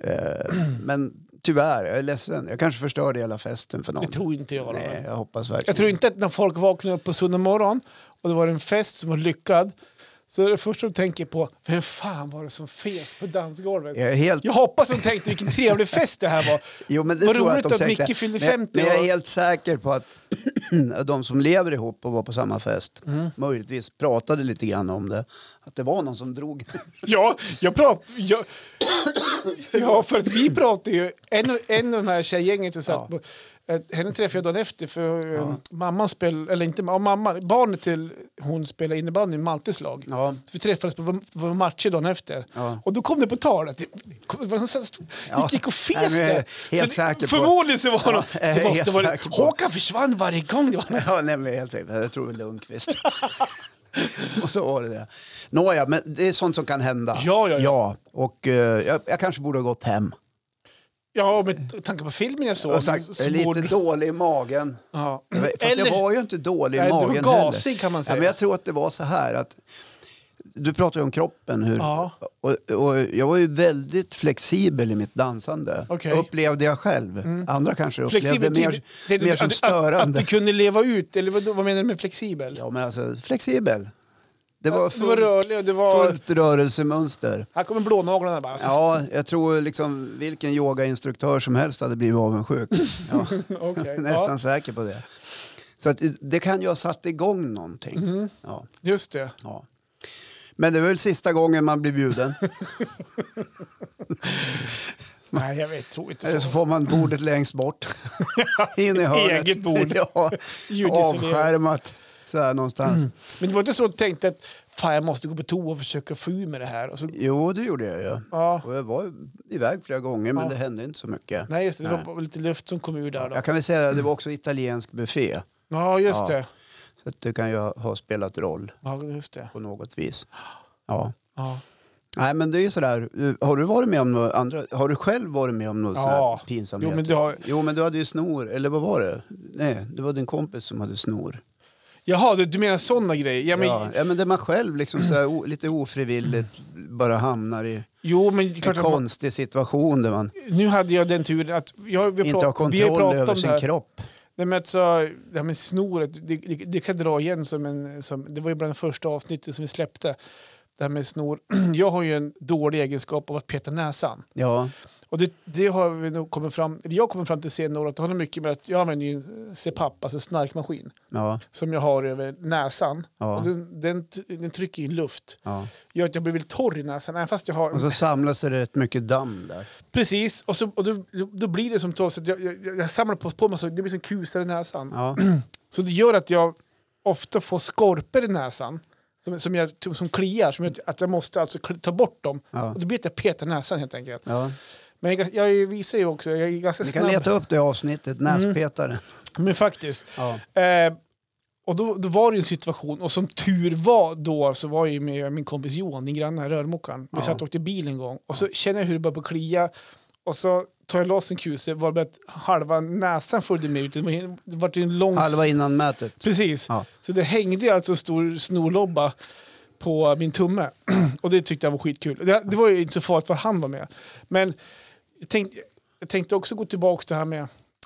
Mm. Men tyvärr, jag är ledsen. Jag kanske förstörde hela festen för någon.
Det tror inte jag.
Nej, jag hoppas verkligen.
Jag tror inte att när folk vaknar upp på söndag morgon och det var en fest som var lyckad så är det första de tänker på, vem fan var det som fes på dansgolvet?
Jag är helt...
Jag hoppas de tänkte vilken trevlig fest det här var.
Jo, men det
Vad
tror jag
roligt
att de
att
tänkte.
Micke fyllde
Men-
50
Men jag är
och-
helt säker på att (clears throat) de som lever ihop och var på samma fest
Mm.
möjligtvis pratade lite grann om det. Att det var någon som drog. (laughs)
Ja, jag prat, jag, ja för att vi pratade ju, en, en av de här tjejgängen som satt på, eh, henne träffade jag dagen efter för eh, mamman spelade, eller inte ma- mamma, barnet till hon spelade innebandy i Maltes lag.
Ja.
Så vi träffades på vår- vår matcher dagen efter.
Ja.
Och då kom det på tal att det kom- det var en sån stor-
Ja.
vi gick och
Nej,
fes
men jag är
där.
helt
Så
säker på-
det, förmodligen så var
Ja, jag
det,
är
det måste
helt
vara,
säker på-
Håkan försvann varje gång. Det var
Ja, nämligen helt säkert. Jag tror det var
(laughs)
Lundqvist. och så var det det. Nåja, men det är sånt som kan hända.
Ja, ja, ja.
och eh, jag, jag kanske borde ha gått hem.
Ja, med tanke på filmen jag såg.
Och sagt, jag är lite
borde-
dålig i magen.
ja.
Mm. Fast
Eller,
jag var ju inte dålig i
Nej, du var
magen
gasig,
heller.
kan man säga.
Ja, men jag tror att det var så här att du pratar ju om kroppen. Hur,
Ja.
och, och jag var ju väldigt flexibel i mitt dansande.
Okej. Mm.
Upplevde jag själv. Andra kanske upplevde
flexibel
mer,
tid- det-
mer som
att, att, att
störande.
du kunde leva ut, eller vad, vad menar du med flexibel?
Ja, men alltså flexibel. Det var
det var
fullt,
rörlig och det var...
fullt rörelsemönster.
Här kommer blånaglarna bara.
Ja, jag tror liksom vilken yogainstruktör som helst hade blivit
(laughs)
avundsjuk. Ja,
(laughs)
(laughs)
Okej,
nästan säker på det. Så att det kan ju ha satt igång någonting.
Mm.
Ja,
Ja, just det.
ja. Men det var väl sista gången man blir bjuden.
(laughs) Nej, jag vet, tror
Eller
inte.
så
så.
får man bordet längst bort.
(laughs)
In i hörnet.
Eget bord.
(laughs) Ja,
Ljudisolerat.
avskärmat. Så här någonstans.
Men det var inte så att du tänkte att fan, jag måste gå på toa och försöka få ur med det här. Och så,
Jo, det gjorde jag ju.
ja.
Och jag var iväg flera gånger, men
Ja.
det hände inte så mycket.
Nej, Mm. just det. Det
Nej.
var bara lite luft som kom ur där. Då.
Jag kan väl säga att det var också italiensk buffé.
Ja, just
Ja.
det.
Så att det kan ju ha- ha spelat roll
Ja, just det.
på något vis. Ja.
Ja.
Nej, men det är ju sådär. Du- Har du varit med om något andra? Har du själv varit med om något
Ja.
ja. pinsamhet?
Jo, men du har...
Jo, men du hade ju snor. Eller vad var det? Nej, det var din kompis som hade snor.
Jaha, du, du menar sådana grejer? Ja, men,
Ja, ja men där man själv liksom så här, o, lite ofrivilligt bara hamnar i
Jo, men det är
en
klart att man,
konstig situation där man
nu hade jag den turen att... Jag, vi
inte har
prat- vi
kontroll
pratat
över
om det
sin
här.
kropp.
Nej, men alltså, det här med snoret, det, det, det kan jag dra igen som en... Som, det var ju bland de första avsnittet som vi släppte. Det här med snor. (clears throat) Jag har ju en dålig egenskap av att peta näsan.
Ja,
Och det, det har vi nog kommit fram, eller jag kommer fram till senare att det har nog mycket med att jag använder ju en CPAP, alltså en snarkmaskin,
ja,
som jag har över näsan.
Ja.
Och den, den, t- den trycker in luft.
ja.
Gör att jag blir väldigt torr i näsan, även fast jag har...
Och så samlas det rätt mycket damm där.
Precis, och, så, och då, då blir det som torr, så att jag, jag, jag samlar på, på mig så det blir som kusar i näsan.
Ja,
Så det gör att jag ofta får skorpor i näsan. Som, som, jag, typ som kliar, som jag, att jag måste alltså kli- ta bort dem.
ja,
Och då blir det att jag petar näsan helt enkelt.
ja.
Men jag, jag visar ju också, jag är ganska
Ni
snabb. Mm.
kan leta upp det avsnittet, näspetaren.
Men faktiskt.
Ja.
Eh, och då, då var det ju en situation, och som tur var då så var jag ju med min kompis Johan, din granne, här, rörmokaren. Vi
Ja.
satt och åkte bil en gång och så känner jag hur det börjar på klia. Och så tar jag loss en kuse, var det att halva näsan följde med ut. Det var en- det vart ju en lång...
Halva innan mötet.
Precis.
Ja.
Så det hängde ju alltså en stor snorlobba på min tumme. (clears throat) Och det tyckte jag var skitkul. Det, det var ju inte så farligt för han var med. Men jag tänkte, jag tänkte också gå tillbaka till det här med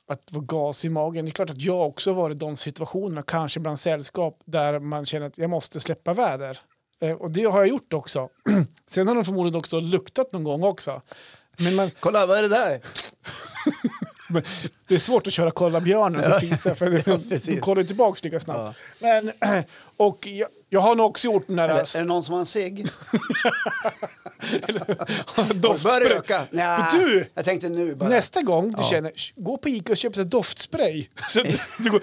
att det var gas i magen. Det är klart att jag också har varit i de situationerna, kanske bland sällskap, där man känner att jag måste släppa väder. Eh, Och det har jag gjort också. (clears throat) Sen har de förmodligen också luktat någon gång också. Men man,
Kolla, vad är det där?
men det är svårt att köra kolla björnen som
(laughs)
fiser för
precis.
du kollar tillbaka lika snabbt. Men, (clears throat) och jag, jag har nog också gjort den alltså, där
(laughs) Eller, är det någon som har en
(laughs)
cigg? Börjar
doftspray.
röka? Nja,
Men du!
Jag tänkte nu bara.
Nästa gång du
Ja.
känner, "Sh, gå på Ica och köp så här doftspray. (laughs) Så du, du går...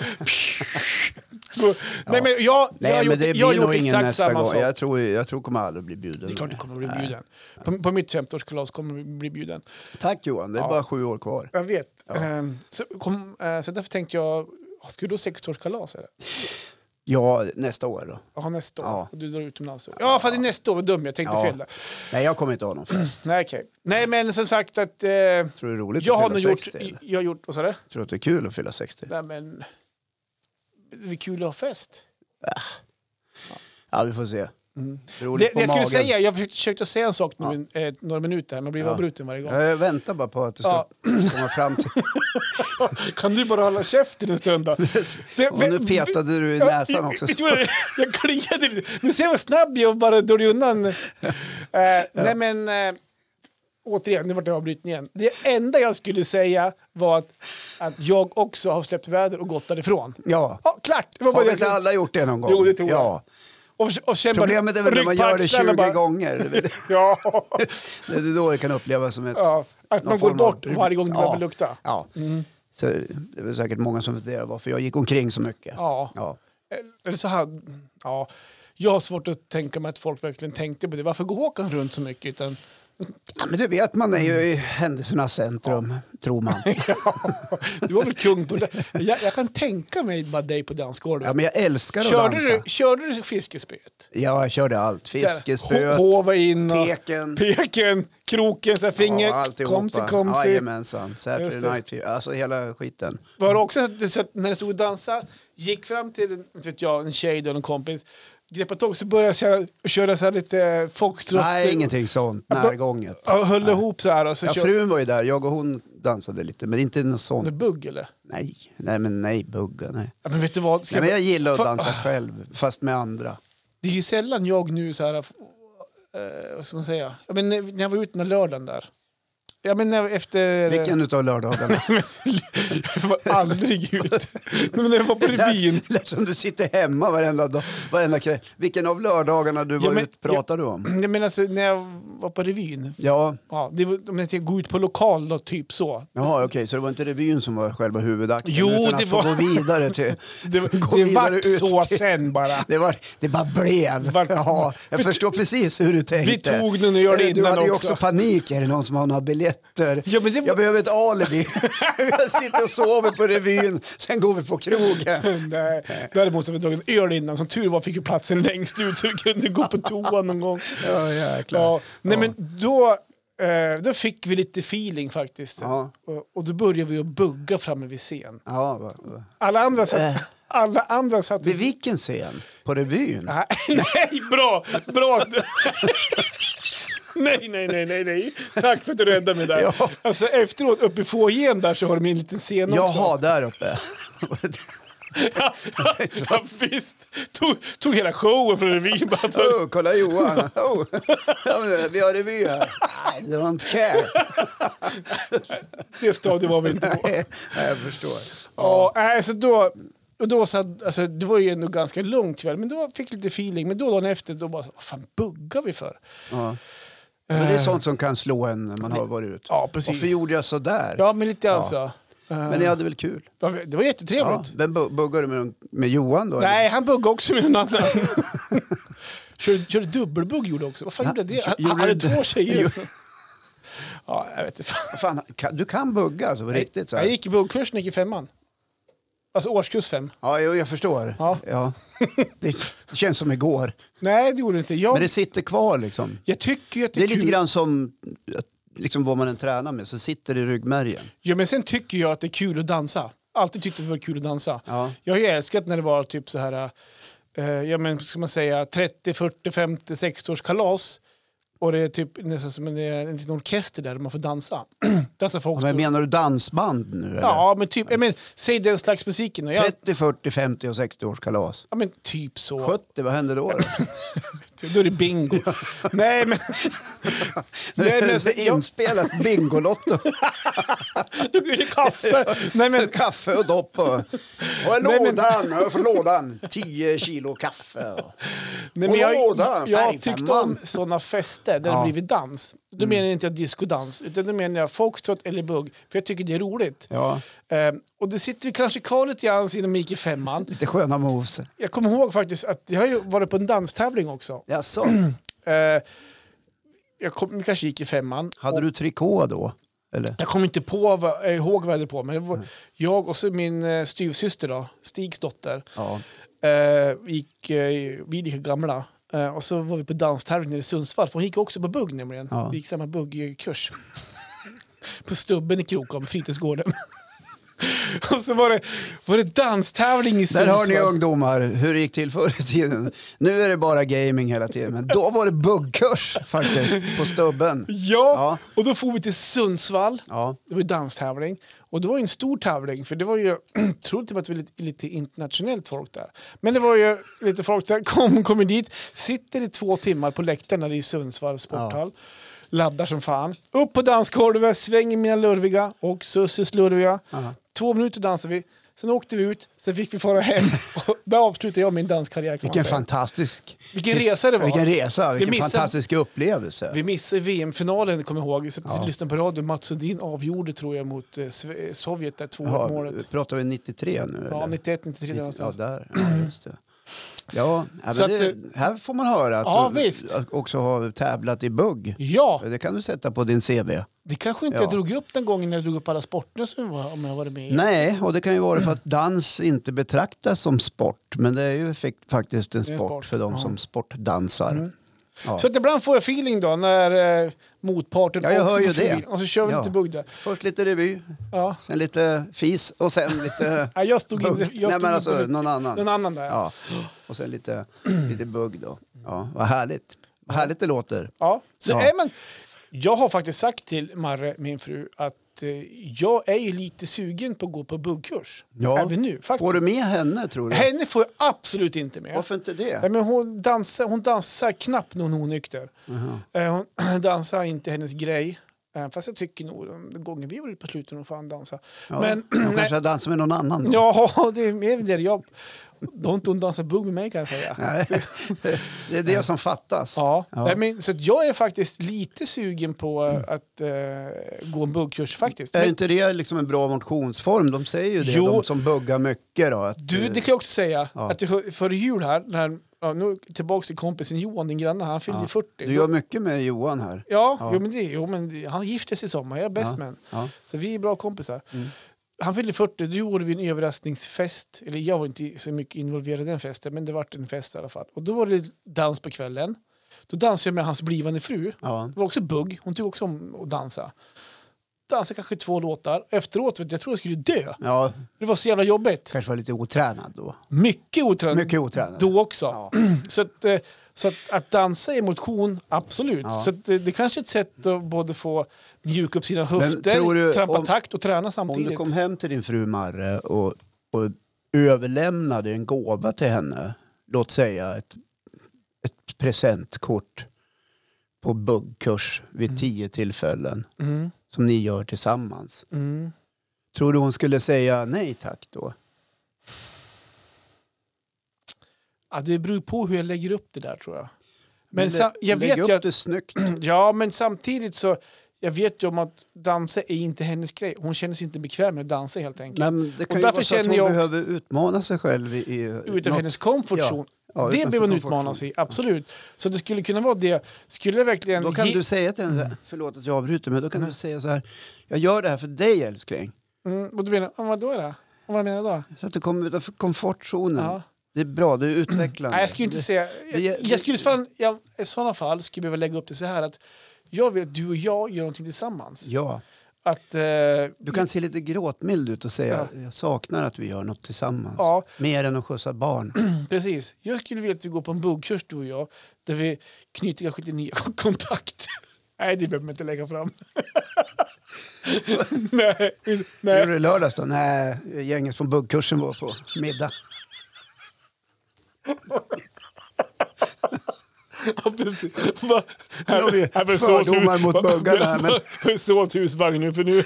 Så- Nej men jag, jag har
Nej,
gjort,
men det
jag har
blir
gjort
nog ingen
exakt
nästa
samma
gång.
sak.
Jag tror jag tror kommer aldrig bli bjuden.
Det är klart du kommer att bli bjuden. På, på mitt 50-årskalas kommer du bli bjuden.
Tack Johan, det är
Ja.
bara sju år kvar.
Jag vet. Ehm, Så, kom, eh, så därför tänkte jag, ska du ha 60-årskalas eller?
Ja, nästa år då.
Jaha, nästa år.
Ja.
Och du drar utomlands. Ja, fan det är nästa år. Vad dum jag tänkte
Ja.
fel där.
Nej, jag kommer inte ha någon fest.
Nej, okej. Nej, men som sagt att... Eh,
Tror du det är roligt
jag har
att
nog
fylla
gjort...
60? eller?
Jag har gjort... Vad sa du?
Tror du att det är kul att fylla 60?
Nej, men... Det är kul att ha fest.
Ja, vi får se.
Mm.
Roligt
Det,
på
det jag skulle
magen.
säga, jag försökte, försökte säga en sak nu,
Ja.
min- eh, några minuter här, men jag blev
Ja.
avbruten varje gång.
Jag väntar bara på att du ska
Ja.
komma fram till...
Kan du bara hålla käften en
(laughs)
stund då? (laughs) Det-
Och nu petade du i
Ja,
näsan
jag-
också.
(laughs) Jag, tror jag, jag kliade lite. Men se vad snabb jag bara drar undan. Eh, Nej men, eh, återigen, nu vart jag avbruten igen. Det enda jag skulle säga var att, att jag också har släppt väder och gått därifrån.
Ja.
Ja, klart! Det var bara
Har
det
vi
jag
inte
skulle-
alla gjort det någon gång?
Jo, det tror jag.
Ja.
och, och sen bara
Problemet är väl när man
ryck på
gör det 20
axlarna bara-
gånger. Det är väl-
(laughs) Ja,
det är då det kan upplevas som ett...
ja, att
någon
man går
form av-
bort varje gång det
Ja.
behöver lukta.
Ja.
Mm.
Så det är väl säkert många som funderar varför jag gick omkring så mycket.
Ja.
Ja.
Eh, Eller så här, ja. Jag har svårt att tänka mig att folk verkligen tänkte på det. Varför går Håkan runt så mycket? Utan,
Ja, men du vet, man är ju i händelsernas centrum, tror
(laughs)
man.
du var väl kung på det. Jag, jag kan tänka mig bara dig på dansgolvet.
Ja, men jag älskar att
körde,
dansa.
du, körde du fiskespöet?
Ja, jag körde allt.
Så här,
Fiskespöet,
ho- Hova in och
teken,
peken, kroken, så här, fingret.
ja, alltihopa.
komsi, komsi.
Jajamensan.
Just det.
Saturday Night Fever, alltså hela skiten.
Var det också så att- så att när jag stod och dansade, gick fram till en, inte vet jag, en tjej då, eller en kompis, greppade tag så började jag köra, köra så här lite foxtrot.
Nej, ingenting sånt.
Ja, då-
Närgånget.
Ja, höll ihop så här och så
Ja,
körde...
frun var ju där, jag och hon dansade lite, men inte något sånt.
Bugg eller?
Nej, nej men nej, bugga, nej.
Ja, men vet du vad? Ska
nej men jag gillar att
Fa-
dansa själv, fast med andra.
Det är ju sällan jag nu så här... eh, vad ska man säga? Ja, men när jag var ute den här lördagen där. Ja, men när, efter...
Vilken utav lördagarna?
(laughs) Men sl- jag var aldrig ut. Nej, men när
(laughs)
jag var på revyn.
Lät, lät som du sitter hemma varenda, dag, varenda kväll. Vilken av lördagarna du var
Ja, men-
ute pratar du om?
Jag menar, alltså, när jag var på revyn.
Ja,
Ja, det var, om jag tänkte gå ut på lokal då, typ så.
Jaha, okej, så det var inte revyn som var själva huvudakten?
Jo,
utan
det
att
var-
få gå vidare till...
(laughs) Det,
Gå
det
vidare
vart
ut
så
till-
sen bara.
Det, var, det bara blev.
Vart-
Ja, jag förstår precis hur du tänkte.
tog den och gör det
Eh, Du
innan
hade ju
också.
också panik. Är det någon som har några biljetter?
Ja, men det var-
Jag behöver ett alibi. (laughs) jag sitter och sover på revyn, sen går vi på
(laughs)
krogen.
Nej, däremot så hade vi dragit en öl innan. Som tur var fick ju platsen längst ut så vi kunde gå på toa någon gång.
Ja, jäklar.
Ja, nej,
Ja.
men då, eh, då fick vi lite feeling faktiskt.
Ja.
Och, och då började vi att bugga framme vid scen.
Ja, va, va.
Alla andra
Äh.
satt... Alla andra satt
Vid vilken scen? På revyn?
Nej, (laughs) nej, bra! bra. (laughs) Nej, nej, nej, nej, nej. Tack för att du räddade mig där.
Ja.
Alltså efteråt, uppe i foajén där så har de en liten scen
Jaha,
också.
där uppe.
Ja, (laughs) ja, visst. Tog, tog hela showen från revyn. bara för-
oh, kolla Johan. Oh. Ja, men Vi har revy här. I don't care.
Det stadiet var vi inte på.
Nej, jag förstår.
Ja, nej, så då, och då så, att- alltså, det var ju ändå ganska lugnt kväll, men då fick jag lite feeling. Men då dagen efter, då bara, så, vad fan buggar vi för?
Ja. Men det är sånt som kan slå en när man har varit ute.
Ja, precis.
Varför gjorde jag så där?
Ja, men lite alltså. Eh,
Men ni hade väl kul?
Det var
Ja.
jättetrevligt.
Vem bu- buggar du med, med Johan då?
Nej, han buggade också med
(laughs)
någon annan. körde, körde dubbelbugg gjorde också. Vad fan
Ja,
gjorde
kö-
det? Han, han
gjorde
hade
du det?
två tjejer. just nu. (laughs) ja, jag vet inte. fan.
Eller? Fan, kan- du kan bugga alltså på (laughs) riktigt? Så här.
Jag gick i buggkurs när jag gick i femman. Alltså årskurs fem.
Ja, jo, jag förstår.
Ja. (laughs)
Det känns som igår.
Nej, det gjorde det inte. Jag,
Men det sitter kvar liksom.
jag tycker ju att det
Det
är,
är lite
kul.
grann som att, liksom, vad man än tränar med, så sitter det i ryggmärgen.
Ja, men sen tycker jag att det är kul att dansa. Alltid tyckte att det var kul att dansa.
Ja.
Jag har ju älskat när det var typ så här, eh, ja men ska man säga 30, 40, 50, 60 års kalas. Och det är typ nästan som en, en liten orkester där man får dansa. (clears throat) dansa folk.
Men menar du dansband nu? Eller?
Ja, men typ, jag men, säg den slags musiken. Och Jag,
30, 40, 50 och 60 års kalas.
ja, men typ så.
70, vad hände då? då?
Då är
(laughs)
det bingo. Nej, men, (laughs) Nej, men alltså,
det är
jag-
inspelat
(laughs)
Bingolotto.
då är det
(laughs)
kaffe. Nej, men,
kaffe och dopp och, och en
Nej, men-
lådan, och från lådan 10 kilo kaffe. Och,
nej, men
Och
jag,
låda,
jag
färgfemman.
tyckte om sådana fester där
Ja. Mm.
det blivit dans. Då menar jag inte jag diskodans, utan då menar jag foxtrot eller bugg. För jag tycker det är roligt.
ja,
Ehm, och det sitter kanske kvar lite grann sedan de gick i femman.
lite sköna moves.
Jag kommer ihåg faktiskt att jag har ju varit på en danstävling också.
Jaså,
Ehm, jag kom, vi kanske gick i femman.
hade du trikå då? Eller?
Jag kommer inte på vad, eh, ihåg vad jag hade på mig. Det
Mm.
var- Jag och så min eh, styvsyster, då, Stigs dotter,
Ja.
eh, gick, eh, vi är lika gamla. Eh, och så var vi på danstävling nere i Sundsvall, för hon gick också på bugg nämligen.
Ja.
Vi gick samma buggkurs. (laughs) på Stubben i Krokom, fritidsgården. (laughs) och så var det, var det danstävling i
Där
Sundsvall.
hör ni ungdomar hur det gick till förr i tiden. Nu är det bara gaming hela tiden, men då var det buggkurs faktiskt på stubben.
Ja,
Ja.
och då får vi till Sundsvall.
Ja,
Det var ju danstävling. Och det var ju en stor tävling, för det var ju, (clears throat) tror typ att det var lite, lite internationellt folk där. Men det var ju lite folk där, (laughs) kom, kommer dit, sitter i två timmar på läktaren där i Sundsvalls sporthall. Laddar som fan. Upp på dansgolvet, svänger mina lurviga och Susses lurviga. Två minuter dansade vi, sen åkte vi ut, sen fick vi fara hem. (laughs) Och där avslutade jag min danskarriär. Kan man
vilken
säga.
fantastisk
alltså. Vilken resa det var.
Vilken resa, vilken
missade-
fantastisk upplevelse.
Vi missade VM-finalen, kommer jag ihåg. Så att
Ja.
lyssnade på radio. Mats Sundin avgjorde, tror jag, mot eh, Sve- Sovjet, där 2-1
Jaha,
målet.
pratar vi 93 nu?
Ja,
eh, eller?
91, 93 där
Ja,
någonstans.
där. Ja, just det. Ja, ja,
Så
men
att, eh,
det, här får man höra att
Ja,
du
visst.
också har tävlat i bugg.
Ja,
Det kan du sätta på din CV.
det kanske inte
Ja.
jag drog upp den gången när jag drog upp alla sporter som jag var, om jag var med i.
Nej, och det kan ju vara för att dans inte betraktas som sport. Men det är ju fakt- faktiskt en
Det är en
sport,
sport,
för de
ja. Mm.
som sportdansar. Ja.
Så att ibland får jag feeling då när eh, motparten
Ja, jag
också
hör ju
får
det.
feeling. Och så kör vi
Ja.
lite bugg där.
Först lite revy,
Ja.
sen lite fis och sen lite
Ja, (laughs) jag stod
bugg.
inte... Jag
Nej,
stod
men
inte
alltså
på-
någon annan.
någon annan där. Ja.
Ja. Och sen lite, lite bugg då. Ja, vad härligt. Vad härligt det låter.
Ja. Så, eh,
Ja.
nej, men, jag har faktiskt sagt till Marre, min fru, att att eh, jag är ju lite sugen på att gå på buggkurs.
Ja.
Även nu. Faktiskt.
Får du med henne tror du?
Henne får jag absolut inte med.
Varför inte
Nej,
det?
men hon, dansar, hon dansar knappt när hon är onykter. Eh, Hon (clears throat) dansar inte hennes grej. Eh, Fast jag tycker nog, den gången vi var ute på slutet, hon fan dansa.
Ja,
Men,
hon kanske
(clears throat)
har dansat med någon annan då?
ja, det är mer det jag... Då har inte hon dansat bugg med mig kan jag säga.
Nej. (laughs) Det är det som fattas.
Ja.
Ja.
Nej, men, så att jag är faktiskt lite sugen på eh, att eh, gå en buggkurs faktiskt.
Är
Men,
inte det liksom en bra motionsform? De säger ju det,
Jo.
de som buggar mycket. Då, att, eh,
Du, det kan jag också säga.
Ja.
Att du, före jul här, när, ja, nu tillbaka till kompisen Johan, din granne, han fyllde
Ja.
40.
du gör mycket med Johan här.
Ja,
Ja.
Jo, men det, jo, men det- han gifte sig i sommar. Jag är bäst
Ja.
man.
Ja.
Så vi är bra kompisar.
Mm.
Han fyllde 40, då gjorde vi en överraskningsfest. Eller jag var inte så mycket involverad i den festen, men det var en fest i alla fall. Och då var det dans på kvällen. Då dansade jag med hans blivande fru.
Ja.
Det var också bugg. Hon tyckte också om att dansa. Dansade kanske två låtar. Efteråt, vet du, jag tror jag skulle dö.
ja,
Det var så jävla jobbigt.
kanske var lite otränad då.
Mycket otränad.
Mycket otränad.
Då också.
Ja.
(clears throat) Så, att, eh, så att, att dansa är motion, absolut.
Ja.
Så att, det, det kanske är ett sätt att både få mjuka upp sina höfter,
tror du-
trampa
om-
takt och träna
Om du
samtidigt.
kom hem till din fru Marre och, och överlämnade en gåva till henne, låt säga ett, ett presentkort på buggkurs vid tio tillfällen
Mm,
som ni gör tillsammans.
mm.
Tror du hon skulle säga nej tack då?
Ja, det beror på hur jag lägger upp det där tror jag. (clears throat) Men,
lä-
sa, jag
lägg
vet
upp
ju att,
det snyggt.
ja, men samtidigt så jag vet ju om att dansa är inte hennes grej. Hon känner sig inte bekväm med att dansa helt enkelt.
Nej, men det kan ju
därför
vara så att
känner
hon
jag-
behöver utmana sig själv i, i
Utan
något-
hennes comfort
Ja.
zone.
Ja,
det
utanför
behöver hon
comfort zone.
utmanas i, absolut. Så det skulle kunna vara det. Skulle jag verkligen...
Då kan
ge- Mm.
du säga till henne, förlåt att jag avbryter, men då kan du säga så här, jag gör det här för dig älskling.
Mm, och du menar, "Ja, vad då är det? Vad menar du då?
Så att du kommer utanför komfortzonen.
Ja.
Det är bra, du är utvecklande.
Nej, jag skulle inte säga... Jag,
det-
jag skulle fan, jag, I sådana fall skulle jag behöva lägga upp det så här att jag vill att du och jag gör någonting tillsammans.
Ja,
Att, eh,
du kan se lite gråtmild ut och säga, jag saknar att vi gör något tillsammans.
Ja,
Mer än att skjutsa barn.
precis. Jag skulle vilja att vi går på en buggkurs du och jag där vi knyter kanske lite nya (laughs) kontakter. Nej, det behöver man inte
(laughs)
lägga fram. nej,
Gjorde
nej.
du det lördags då? Nej, gänget från buggkursen var på middag.
Ja, precis. Va?
Nu har vi
Här- här blir så
fördomar
tur-
mot
va-
buggarna
(laughs)
här, men-
Det är så husvagn nu
(laughs)
för nu.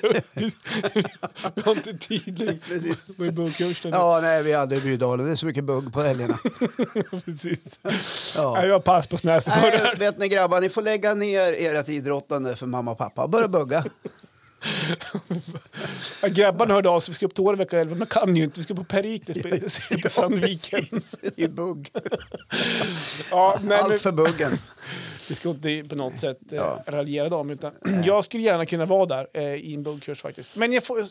Vi har inte tid längre.
Precis.
Vad är buggkursen?
Ja, nej, vi är aldrig i Bydalen. Det är så mycket bugg på helgerna.
(laughs) Precis.
Ja.
Nej, jag pass på snäset för det
Nej,
här.
vet ni grabbar, ni får lägga ner ert idrottande för mamma och pappa och börja
(laughs)
bugga.
Ja, Grabbarna hörde av sig, vi ska upp till Åre vecka 11, men kan ju inte, vi ska på Perikles på- på (laughs) Sandviken.
Precis, I bugg.
Ja, nej, men,
Allt för buggen.
vi ska inte på något sätt eh,
Ja.
raljera dem, utan (clears throat) jag skulle gärna kunna vara där eh, i en buggkurs faktiskt. Men jag får,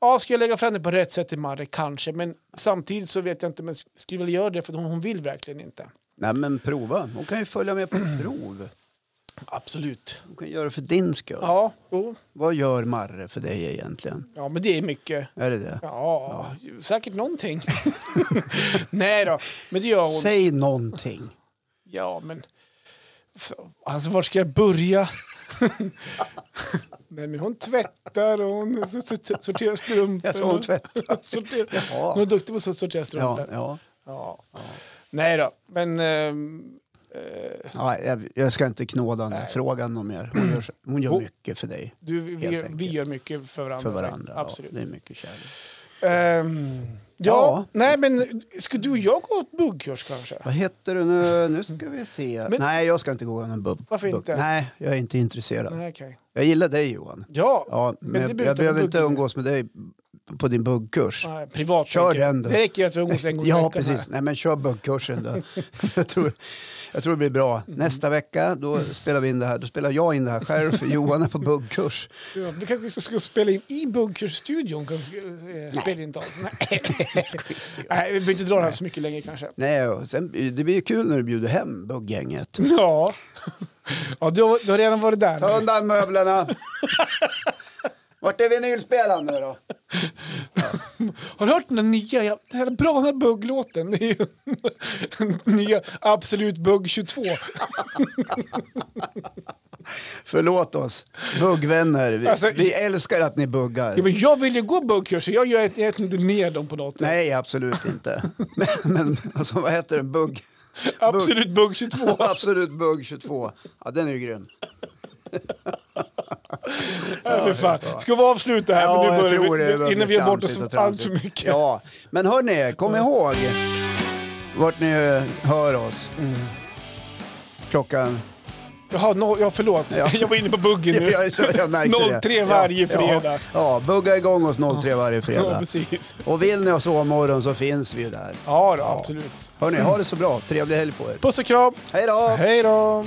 ja, ska jag lägga fram det på rätt sätt till Marre? Kanske, men samtidigt så vet jag inte om jag skulle vilja göra det, för hon, hon vill verkligen inte.
Nej, men prova. Hon kan ju följa med på ett prov.
Absolut.
Hon kan göra det för din skull.
Ja, jo.
Vad gör Marre för dig egentligen?
ja men det är mycket.
Är det det?
Ja, säkert någonting. (laughs) nej då, men det gör hon.
Säg någonting.
Ja, men... Alltså, var ska jag börja? (laughs) Nej, men hon tvättar och hon s- s- sorterar strumpor.
Jag såg hon tvätta.
(laughs) Sorter-
Jaha.
Hon är duktig på att sortera strumpor.
Ja, ja.
Ja. Nej då, men... ehm, eh,
Ja, jag, jag ska inte knåda den här frågan någon mer. Hon gör, hon gör
Hon-
mycket för dig,
du, vi,
Helt enkelt.
vi gör mycket för varandra.
för varandra. Ja,
Absolut.
det är mycket kärlek.
Ehm, ja,
Ja.
nej men ska du och jag gå åt buggkurs kanske?
Vad heter du nu? Nu ska vi se.
Men-
Nej, jag ska inte gå någon bub.
Varför
bub-
inte?
Nej, jag är inte intresserad.
Nej, okej.
Jag gillar dig Johan.
Ja,
Ja, men
det
jag,
behöver
jag
inte
behöver
vara
inte
buggkurs.
umgås med dig på din buggkurs.
nej, privat.
Kör
tänker jag.
den då.
Det räcker ju att vi
(laughs)
umgås en gång i
Ja,
veckan här.
precis. Nej, men kör buggkursen då.
(laughs)
jag, tror, jag tror det blir bra.
Mm.
Nästa vecka då spelar, vi in det här. då spelar jag in det här själv för Johan är på
(laughs)
buggkurs.
Ja, vi kanske ska- ska spela in i buggkursstudion. kanske, eh, Spela in av. Nej. (laughs) Nej, vi behöver inte dra det här så mycket längre kanske.
Nej, och sen, det blir ju kul när du bjuder hem bugggänget.
Ja, ja du, har, du har redan varit där.
Ta
nu.
undan
(laughs)
möblerna! Vart är vinylspelaren nu då?
Har du hört den där nya, jävla- den här bra den här bugglåten? Det är ju- nya Absolut Bugg 22.
Förlåt oss, buggvänner. Vi,
Alltså-
vi älskar att ni buggar.
Ja, men jag vill ju gå buggkurser, jag gör ett- egentligen inte ner dem på något.
Nej, absolut
(laughs)
inte. Men, men alltså, vad heter den? Bugg?
Absolut bugg (laughs) 22.
Absolut bugg 22. Ja, den är ju grym.
Ja, för fan. Ska vi avsluta här?
Ja,
Men nu
jag
börjar vi-
tror det. börjar
innan
bli
vi gör bort
tramsigt
oss
och
allt
tramsigt.
för mycket.
Ja, men hörni, kom ihåg vart ni eh, hör oss.
Mm.
Klockan...
Jaha, no, ja, förlåt.
Ja.
(laughs) Jag var inne på buggen
(laughs)
nu.
Jag, så- jag
(laughs)
märkte
03
det.
varje
ja,
fredag.
Ja, ja, bugga igång oss 03 varje
Ja,
fredag.
precis.
Och vill ni ha sovmorgon så finns vi ju där.
Ja, då, absolut.
Hörni, ha det så bra. Trevlig helg på er.
Puss och kram.
Hej då!
Hej då.